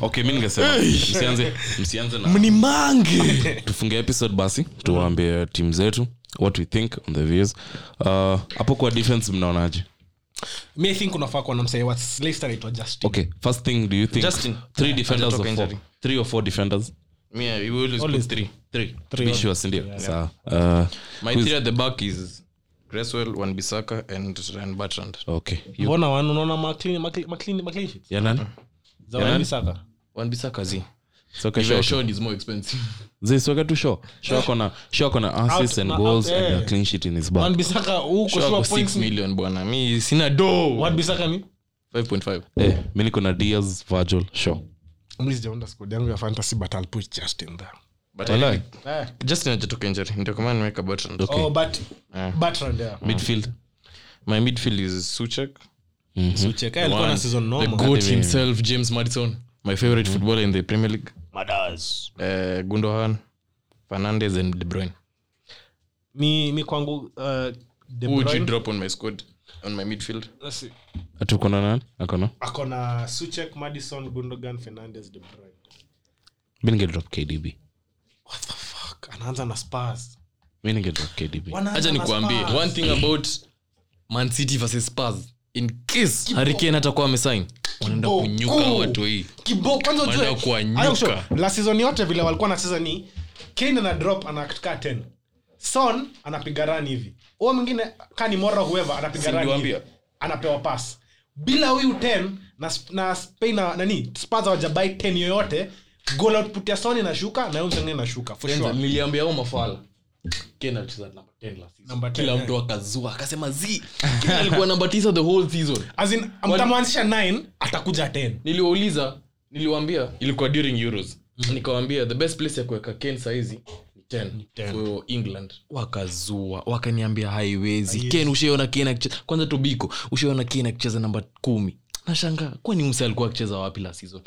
Oh.
okay mi ningesema msianze msianze na
mnimange
tufunge episode basi tuwaambie timu zetu what we think on the views Uh, hapo kwa defense mnaonaje
mi i think unafaa kuwa na msee wa leicester anaitwa justin
okay first thing do you think
Justin.
three defenders or
Hajatoka
four
injury.
three or four defenders
yeah, we always
Always
put three.
three
Three
be
or-
sure sindio sawa uh,
my three at the back is Cresswell, Wan Bissaka, and Ryan Bertrand.
okay you
mbona wan unaona maclean maclean maclean maclean sheets
ya
Mm.
nani
za
Yaani?
wamisaka
Wan Bissaka zi.
soka
If you're
show
short, it's more expensive.
zi soka tu show show kona show kona assists
Out-
and
na-
goals
out,
and
eh.
a clean sheet in his back
wan bisaka huko
Sure,
sure
ako six
points ni-
million bwana. Mi sina do.
wan bisaka ni
5.5.
eh mi niko na Diaz Virgil show
mimi sijaunda squad yangu ya fantasy but I'll put justin there
But I
Walai.
like Justin hajatoka injury. Ndio kwa maana nimeweka Bertrand.
Eh. oh but
Eh.
Bertrand, yeah.
Mm-hmm.
midfield
My midfield is Suchek.
Suchek, alikuwa na
One.
season
The
normal.
goat himself, James Madison. My favorite footballer in the Premier League. Uh, Gundogan, Fernandez and De Bruyne.
mi mi kwangu uh, De
Who would you
Bruyne,
drop on my squad? On my midfield?
let's see.
atukona nani akona
ako na suchek madison gundogan fernandez de Bruyne.
mi ningedrop KDB
what the fuck anaanza na spars
mi ningedrop KDB
hacha nikuambie one thing about man city versus spurs in case harikane atakuwa amesain wanaenda
Kiboko.
kunyuka watu hii Wanaenda kuwanyuka.
la season yote vile walikuwa nacheza ni kane ana drop anakakaa 10 son anapiga run hivi huo mwingine kani mora whoever anapiga run hivi
Sindiwambia.
anapewa pass bila huyu 10 na, Sp- na spain na- nani spars hawajabai 10 yoyote goal output ya son inashuka na huyo mzengine inashuka for sure
niliambia au mafala Kane alicheza namba 10 last season.
Number 10,
kila
yeah.
mtu akazua akasema z Kane alikuwa namba 9 the whole season
As in, mtamwanzisha 9 atakuja 10
niliwauliza niliwaambia ilikuwa during euros nikawaambia the best place ya kuweka ken saizi Mhm. ni 10 for england wakazua wakaniambia haiwezi ken ushaiona ken akicheza kwanza tobiko ushaiona ken akicheza namba kumi nashangaa kwani umse alikuwa akicheza wapi la season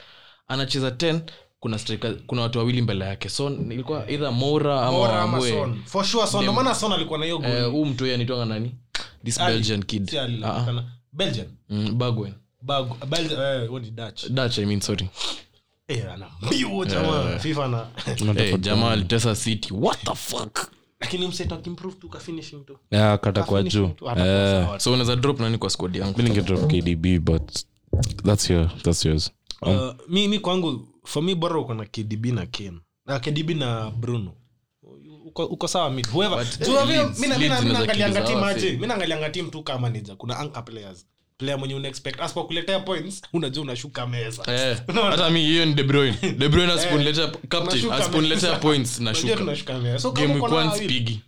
anacheza 10 kuna striker, kuna watu wawili mbele yake son ilikuwa either mora ama
Bora ama
Mwe.
Son. For sure Son. Ndio maana Son alikuwa na hiyo goal.
Eh, huu mtu yeye anaitwanga nani this
Ali.
belgian kid
Si Ali,
Ah, ah.
kana- Belgian.
Mm, bagwen
Bag- Belgian, eh, what is Dutch?
dutch i mean sorry
Eh, ana mbio jamaa.
Eh.
FIFA ana- Eh,
hey, jamaa alitesa Eh, city what the fuck
Lakini mseto akimprove tu ka finishing tu.
Yeah, Eh, kata
Ka
kwa
finishing
juu Eh,
tu, atakuwa sawa.
so unaweza drop nani kwa squad yangu
mi ningedrop KDB but that's your that's yours
Um.
Uh, mi mi kwangu for me bora uko na kdb na Kane. na kdb na bruno uko, uko sawa mid whoever
But,
Tu-
eh,
mimi-
Leeds-
mimi- mimi
Leeds inaweza
naangalianga
kill
team
sawa,
aje
si?
mi naangalianga team tu kama manager kuna anchor players player mwenye unaexpect aspo kuletea points unajua unashuka meza
Eh,
Unaona?
hata mi hiyo ni De Bruyne. De Bruyne asiponiletea- captain,
Unashuka
asiponiletea
meza.
points
Unajua
nashuka
tunashuka meza so kama
game
uko
week
na
one
wawili-
spigi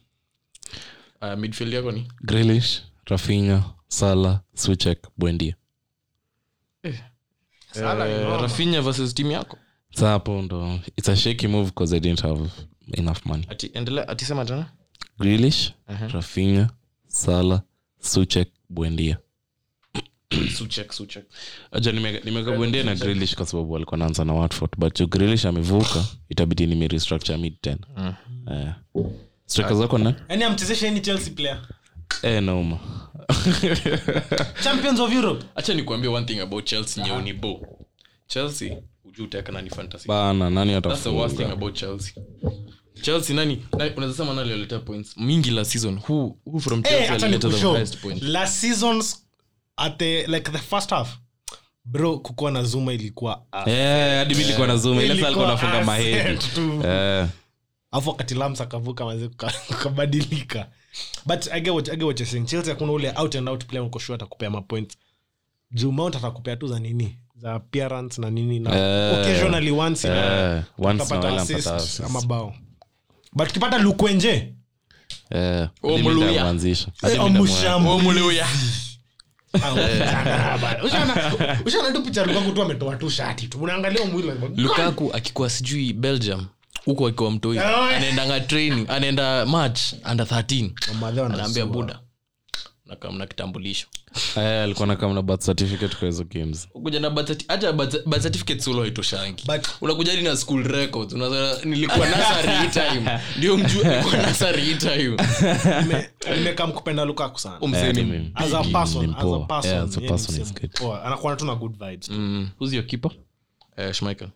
uh, midfield yako ni
grelish rafinya sala suchek bwendia
Salah ni noma.
rafinya Eh, versus team yako
sa hapo ndo its a shaky move because i didn't have enough money
ati endelea atisema tena
grelish rafinya sala suchek bwendia
suchek suchek
aja nimeka bwendia na grelish kwa sababu alikuwa naanza na watford but jo grelish amevuka itabidi nimerestructure mid ten Eh. striker zako na
Yaani amchezeshe any chelsea player
eh, nauma
champions of europe
acha nikuambia one thing about chelsea nyeuni bo chelsea hujui utaweka nani fantasy
bana nani
That's the worst thing
atafunga
about Chelsea. Chelsea nani? na- Unaweza sema nani aliletea points mingi la season. Who who from
Eh,
Chelsea
acha
alileta the
nikushow.
highest point?
last seasons at the like the first half bro kukuwa na zuma ilikuwa ah.
Eh, hadi mi likuwa nazuma ile saa alikuwa
Ilikuwa
nafunga mahedi
asset tu.
Eh.
afu wakati lams akavuka maze ukabadilika but I get what- I get what you're saying. chelsea hakuna ule out and out player uko sure atakupea mapoint juu mount atakupea tu za nini za appearance na nini na
Eh.
occasionally once
Eh,
ina-
once na
utapata
wala
assist
anapata assist.
ama bao but ukipata lukwenje
Eh,
Oh,
mimi
Muluya.
nitamwanzisha.
Eh, oh, omshambulizi Ah, ushana bana. Ushana- ushana tu picha lukaku tu ametoa tu shati tu unaangalia mwili like,
lukaku akikuwa sijui belgium huku akiwa mtoi
Ewe.
anaendanga training anaenda march under 13
Mamadha wanasua.
anaambia buda nakamna kitambulisho
Eh, alikuwa na kama na birth certificate kwa hizo games
kuja na birth certi- hata birth- birth certificate solo haitoshangi
But-
unakuja hadi na school records Unaza- nilikuwa nasari hii time ndio mjue nilikuwa nasari hii time
Nime- nimekam kupenda lukaku sana
Eh,
umseni
mimi-
as a
mimi
person
ni
as a
mpoa.
person
Yeah, as a
yeye ni
person is
msemo
good.
poa. anakuwa tu na good vibes
Mm,
Who's your keeper?
eh, Schmeichel.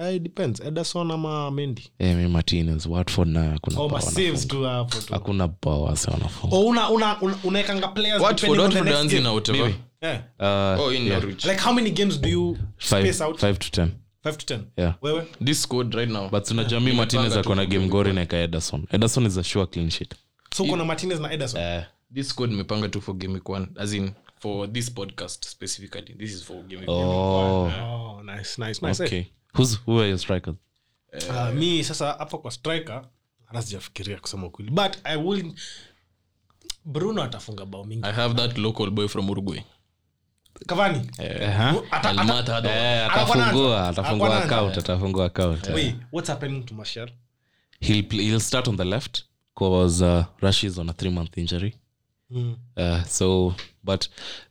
Eh, it depends ederson ama mendi
Eh, mimi Martinez, Watford nayo hakuna
oh,
power
masaves
wanafunga.
tu hapo tu
Hakuna power wase wanafunga.
Oh, una- una- una- unaekanga players
watford
depending on the
watford
next
anzi
game.
na uteva
Yeah.
Uh,
oh in
yeah.
norwich
like how many games do you
Five-
space out
five to ten.
Five to ten
Yeah.
wewe
this squad right now
but unajami martinez ako na game gori naeka ederson ederson is a sure clean sheet
so uko na martinez na ederson
this squad imepanga tu for game week one as in for this podcast specifically this is for game week one.
oh,
Oh, nice, nice, nice, eh.
okay Who's, who are your strikers
Ah, mi sasa hapa kwa striker hata sijafikiria kusema ukweli but i will bruno atafunga bao mingi
i have that local boy from uruguay
kavani Ata- ata-
Almata Adwa.
Eh,
Atakuwa na
atafungua
answer.
atafungua
Atakuwa na
account
answer.
atafungua account eh.
Wait, what's happening to Martial?
he'll, pl- he'll start on the left because uh, rush is on a three month injury uh, so but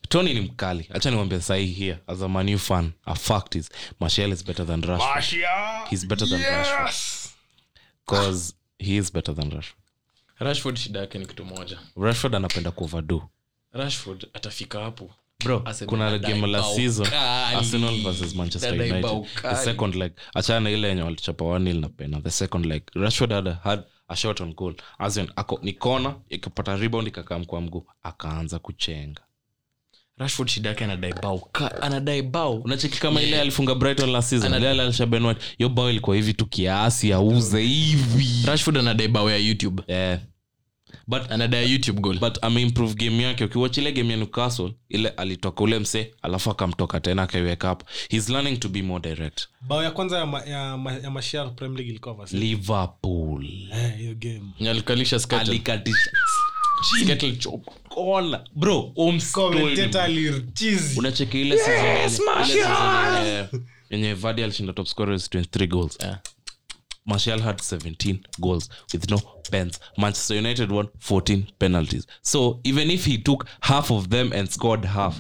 tony ni mkali acha niwambia sahi here as a manu fan a fact is mashel is better than rush he's better than rush because he is better than rush
rashford shida yake ni kitu moja
rashford anapenda kuoverdo
rashford atafika hapo
bro
Asema
kuna
dai
game la
bao
season
kali.
arsenal versus manchester
Dai
united
bao
the
kali.
second leg achana na ile yenye walichapa wanil na pena the second leg rashford had, had a shot on goal as in ako ni kona ikapata rebound ikakaa kwa mguu akaanza kuchenga
rashford shida yake anadai bao ka- anadai bao
unacheki kama ile alifunga brighton last season ile alishabenwa yo bao ilikuwa hivi tu kiasi auze hivi
rashford anadai bao ya youtube
eh but
anadai youtube goal
but ameimprove game yake ukiwach ile game ya newcastle ile alitoka ule msee alafu akamtoka tena akaiweka hapo he's learning to be more direct
bao ya kwanza ya, ma, ya, ma, ya Martial Premier League ilikuwa versus-
liverpool
Eh, hiyo game
nyalikalisha
alikatisha
chop
kona bro
Commentator alirchizi.
unacheki ile season yenye- ile season yenye- yenye vadi alishinda top scorers 23 goals marshall had 17 goals with no pens manchester united won 14 penalties so even if he took half of them and scored half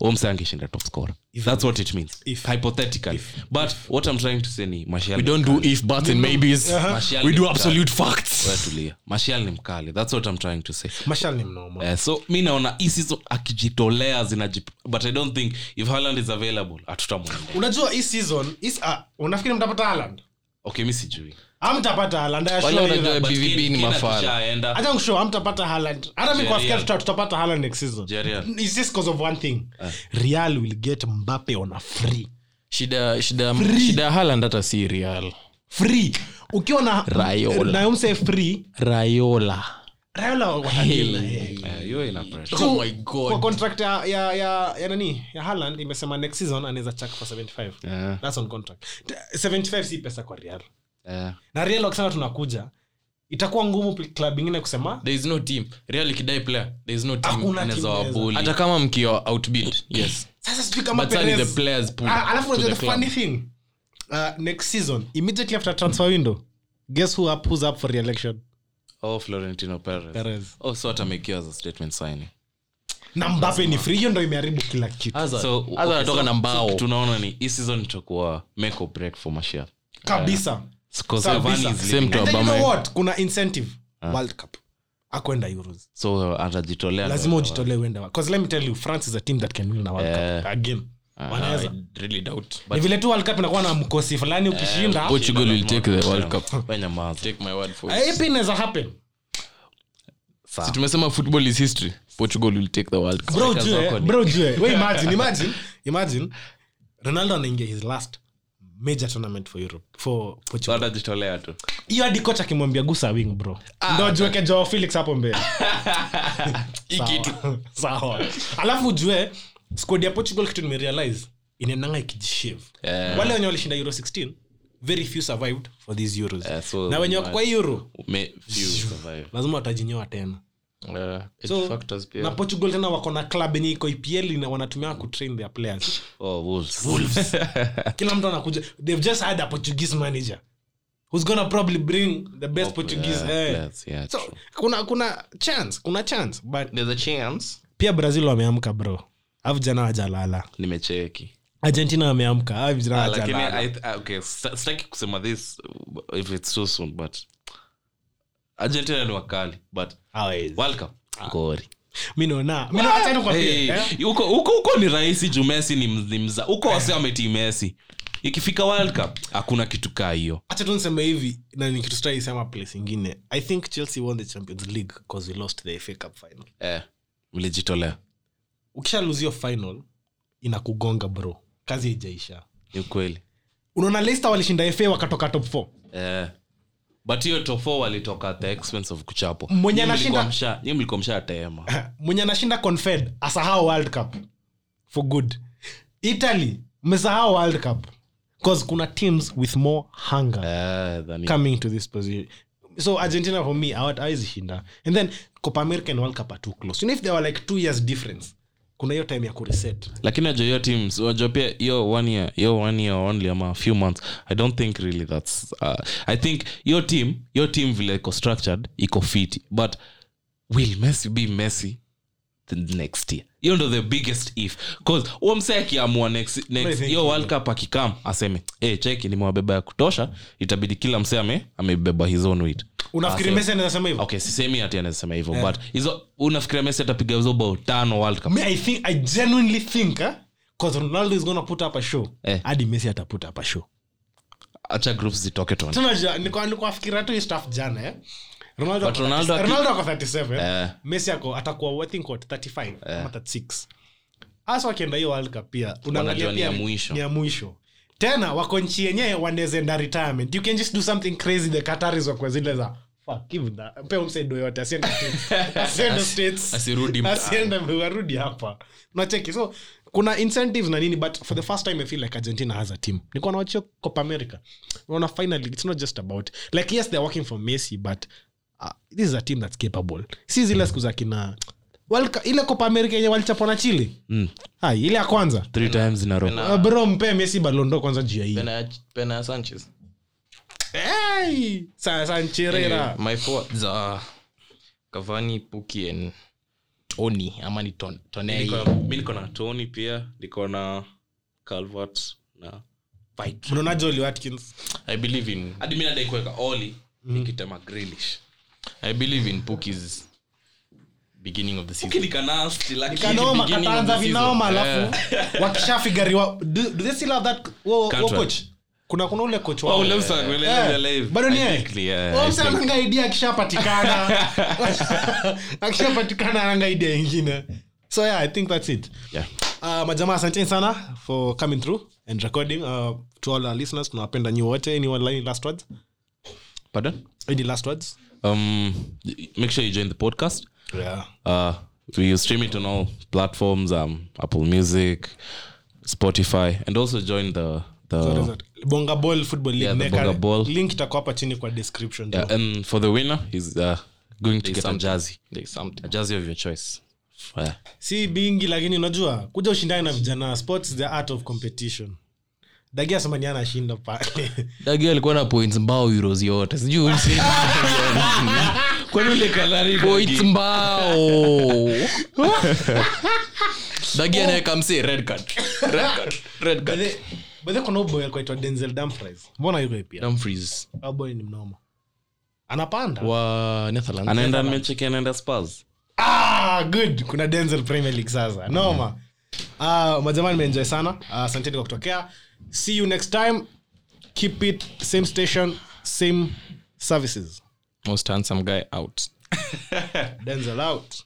omse angeshinda top scorer that's what it means
If-
hypothetically but what i'm trying to say ni marshall
we don't do if buts and maybes
Martial
we
ni
do
mkali.
absolute facts
Wewe tulia marshall ni mkali that's what i'm trying to say
Martial ni mnoma
Eh, so mi naona hii season akijitolea zinajip but i don't think if Haaland is available hatutamwendea
unajua hii season hii- ah, unafikiri mtapata Haaland?
okay mi sijui
hamtapata Haaland, I assure
Wale
you
wanajua
that.
But
BVB
Kane-
ni
Kane
mafala.
akishaenda,
Acha nikushow, hamtapata Haaland. hata mi kuwafikia
Jerian.
tuta- tutapata Haaland next season
Jerian.
It's just 'cause of one thing
Eh.
real will get mbappe on a free
shida shida shida haland hata si real
free ukiwa na
Raiola.
na umse free
rayola
rayola watagila, eh.
eh, hiyo ina pressure.
So,
Oh my God.
kwa contract ya, ya, ya, ya nani ya Haaland imesema next season anaweza chak for 75
Eh,
that's on contract T- 75 si pesa kwa real
eh,
na real wakisema tunakuja itakuwa ngumu pl- club ingine kusema
there is no team real ikidai player there is no team
Hakuna
inaweza
team inaweza.
wabuli. hata kama mkiwa outbid yes
sasa sijui kama
but sasa ni the
Perez-
players pool
Ah, alafu
to
unajua
the
the funny
club
thing uh, next season immediately after transfer window guess who up, who's up for re-election
oh florentino perez
Perez.
oh so atamekiwa as a statement signing
na mbape ni free hiyo ndo imeharibu kila kitu
Hazard.
so
Hazard
okay,
anatoka
so-
na mbao
so tunaona ni hii season itakuwa make or break for Martial.
kabisa
'Cause
Sawa,
Cavani
bisa.
is
Same
leaving.
to
And then you know
Aubameyang. Ah.
what? kuna incentive world cup akwenda euros
so atajitolea
lazima ujitolee uende wa- 'cause let me tell you france is a team that can win a world cup again
Ah,
wanaweza
really doubt
ni vile tu world cup inakuwa na mkosi fulani
Ah,
ukishinda
portugal will take the world cup
Wewe nyamaza.
take my word for it
eh, ipi inaweza happen
Sawa.
si tumesema football is history portugal will take the world cup
bro jue bro jue we imagine imagine imagine ronaldo anaingia his last major tournament for europe for
So
portugal
atajitolea tu
hiyo hadi kocha akimwambia gusa wing bro
Ah,
ndo jueke joao felix hapo mbele Sawa. sawa alafu ujue squad ya portugal kitu nimerealize inaendanga ikijishave wale wenye walishinda euro 16 very few survived for these euros
Yeah, so
na wenye wako kwa hii euro
Me- few survive.
lazima watajinyoa tena
Uh, it
So,
factors pia.
na portugal tena wako na club yenye iko ipl na wanatumia kutrain their players
Oh, Wolves.
kila mtu anakuja they've just had a portuguese manager who's gonna probably bring the best portuguese
Yeah,
eh.
yes, yeah,
so
true.
kuna kuna chance kuna chance but
There's a chance.
pia brazil wameamka bro afu jana wajalala
nimecheki
argentina wameamka afu jana
Ah, lakini
wajalala
I th- ah, okay, sta- sitaki kusema this uh, if it's so soon but argentina ni wakali but
Hawezi.
World Cup. Ah. Gori.
mi naona mi naona tena kwa
Hey,
pia, eh.
huko huko huko ni rahisi juu messi ni mz- ni mza huko wase wametii messi ikifika world cup hakuna kitu kaa hiyo
acha tu niseme hivi na nikitustaisema place ingine i think chelsea won the champions league because we lost the FA cup final
eh, mlijitolea
ukisha lose hiyo final inakugonga bro kazi haijaisha
ni ukweli
unaona leicester walishinda fa wakatoka top 4
eh. but hiyo tofo walitoka at the expense of kuchapwa
Mwenye
Nyinyi
anashinda-
mlikuwa msha- nyinyi mlikuwa mshateema
mwenye anashinda confed asahau world cup for good italy mmesahau world cup bcause kuna teams with more hunger
eh, than-
coming to this position so argentina for me awazishinda and then copa america and world cup are too close you know if they were like two years difference kuna hiyo time ya kureset
lakini najua hiyo teams unajua pia hiyo one year hiyo one year only ama few months i don't think really thats uh, i think hiyo team hiyo team vile iko structured iko fit but will messi be messi the next year hiyo ndo the biggest if bcause huo msee akiamua next next
think
hiyo world cup akikam aseme hey, cheki nimewabeba ya kutosha itabidi kila msee ame amebeba his own weight
unafikiri
Ah, so-
messi anawezasema hivyo
okay sisemi ati anasema hivyo but hizo unafikiria messi atapiga hizo bao tano world cup
Me, i think i genuinely think because ronaldo is gonna put up a show
Eh.
hadi messi ataput up a show
acha groups zitoke tuone
tunajua nilikuwa- nilikuwa nafikiria tu hii stuff jana eh Ronaldo
But
ako
Ronaldo
30
aki-
Ronaldo ako 37
Eh.
messi ako atakuwa I think what 35 ama 36 hasa wakienda hiyo world cup pia unaangalia
Wanajua ni
pia
ya mwisho.
ni ya mwisho tena wako nchi yenyewe wanaweza enda retirement you can just do something crazy the qataris wakuwa zile za fuck give that mpe msaido yote asiende States. asiende states
asirudi mtaani.
asiende warudi hapa unacheki so kuna incentives na nini but for the first time i feel like argentina has a team nilikuwa nawachia copa america unaona finally it's not just about like yes they're working for messi but uh, this is a team that's capable si zile siku za kina World Cup- ile copa america yenye walichapona chile mm. ile ya kwanza
three times in a row
uh, bro mpe messi balondo kwanza juu ya hii
Pena, pena ya Sanchez.
hey! Sa- sancherera
Eh,
Anyway, my four za Cavani, Puki and Tony ama ni Ton- Toney.
mi niko na tony pia niko na calvert na
mnaona Joel watkins
I believe in
hadi mi nadai kuweka oli
Mm.
nikitema grilish
I believe in Puki's beginning of the season.
kinikanasti lakini
kanoma
beginning of
kataanza
the
vinaoma
season.
alafu
Eh.
wakishafigariwa do, do they still have that wo- wo
Cantwell.
coach kuna kuna ule coach
Oh,
wao
ule msa- ule-
Eh,
ule live.
bado ni
I
yeye?
think, yeah,
Wao
I
msa
think.
ananga idea akishapatikana akishapatikana ananga idea ingine so yeah i think that's it
Yeah.
uh, majamaa asanteni sana for coming through and recording uh, to all our listeners tunawapenda nyi wote any one line last words
Pardon?
any last words
Um, y- make sure you join the podcast
yeah
uh, we stream it on all platforms um, apple music spotify and also join the the
bonga ball football league
Yeah, the
Neka-
Bonga Ball.
link itakuwa hapa chini kwa description
Yeah, and for the winner is uh, going to get a
something.
jersey
There's
a
something.
jersey of your choice yeah.
si bingi lakini unajua kuja ushindani na vijana sports the art of competition dagia samaniana ashinda pale
Dagi alikuwa na points mbao euros yote. Sijui huyu msi-
kwani ule kalari
points mbao. Dagi anaweka msi red card. Red card. Red card.
bedhe kuna uboy alikuwa aitwa denzel damfries mbona yuko pia
Dumfries
aboy ni mnoma anapanda
wa Netherlands.
anaenda nimecheki anaenda spurs
ah, good kuna denzel premier league sasa noma uh, majamaa nimeenjoy sana Ah, asanteni kwa kutokea see you next time keep it same station same services
Most handsome guy out.
denzel out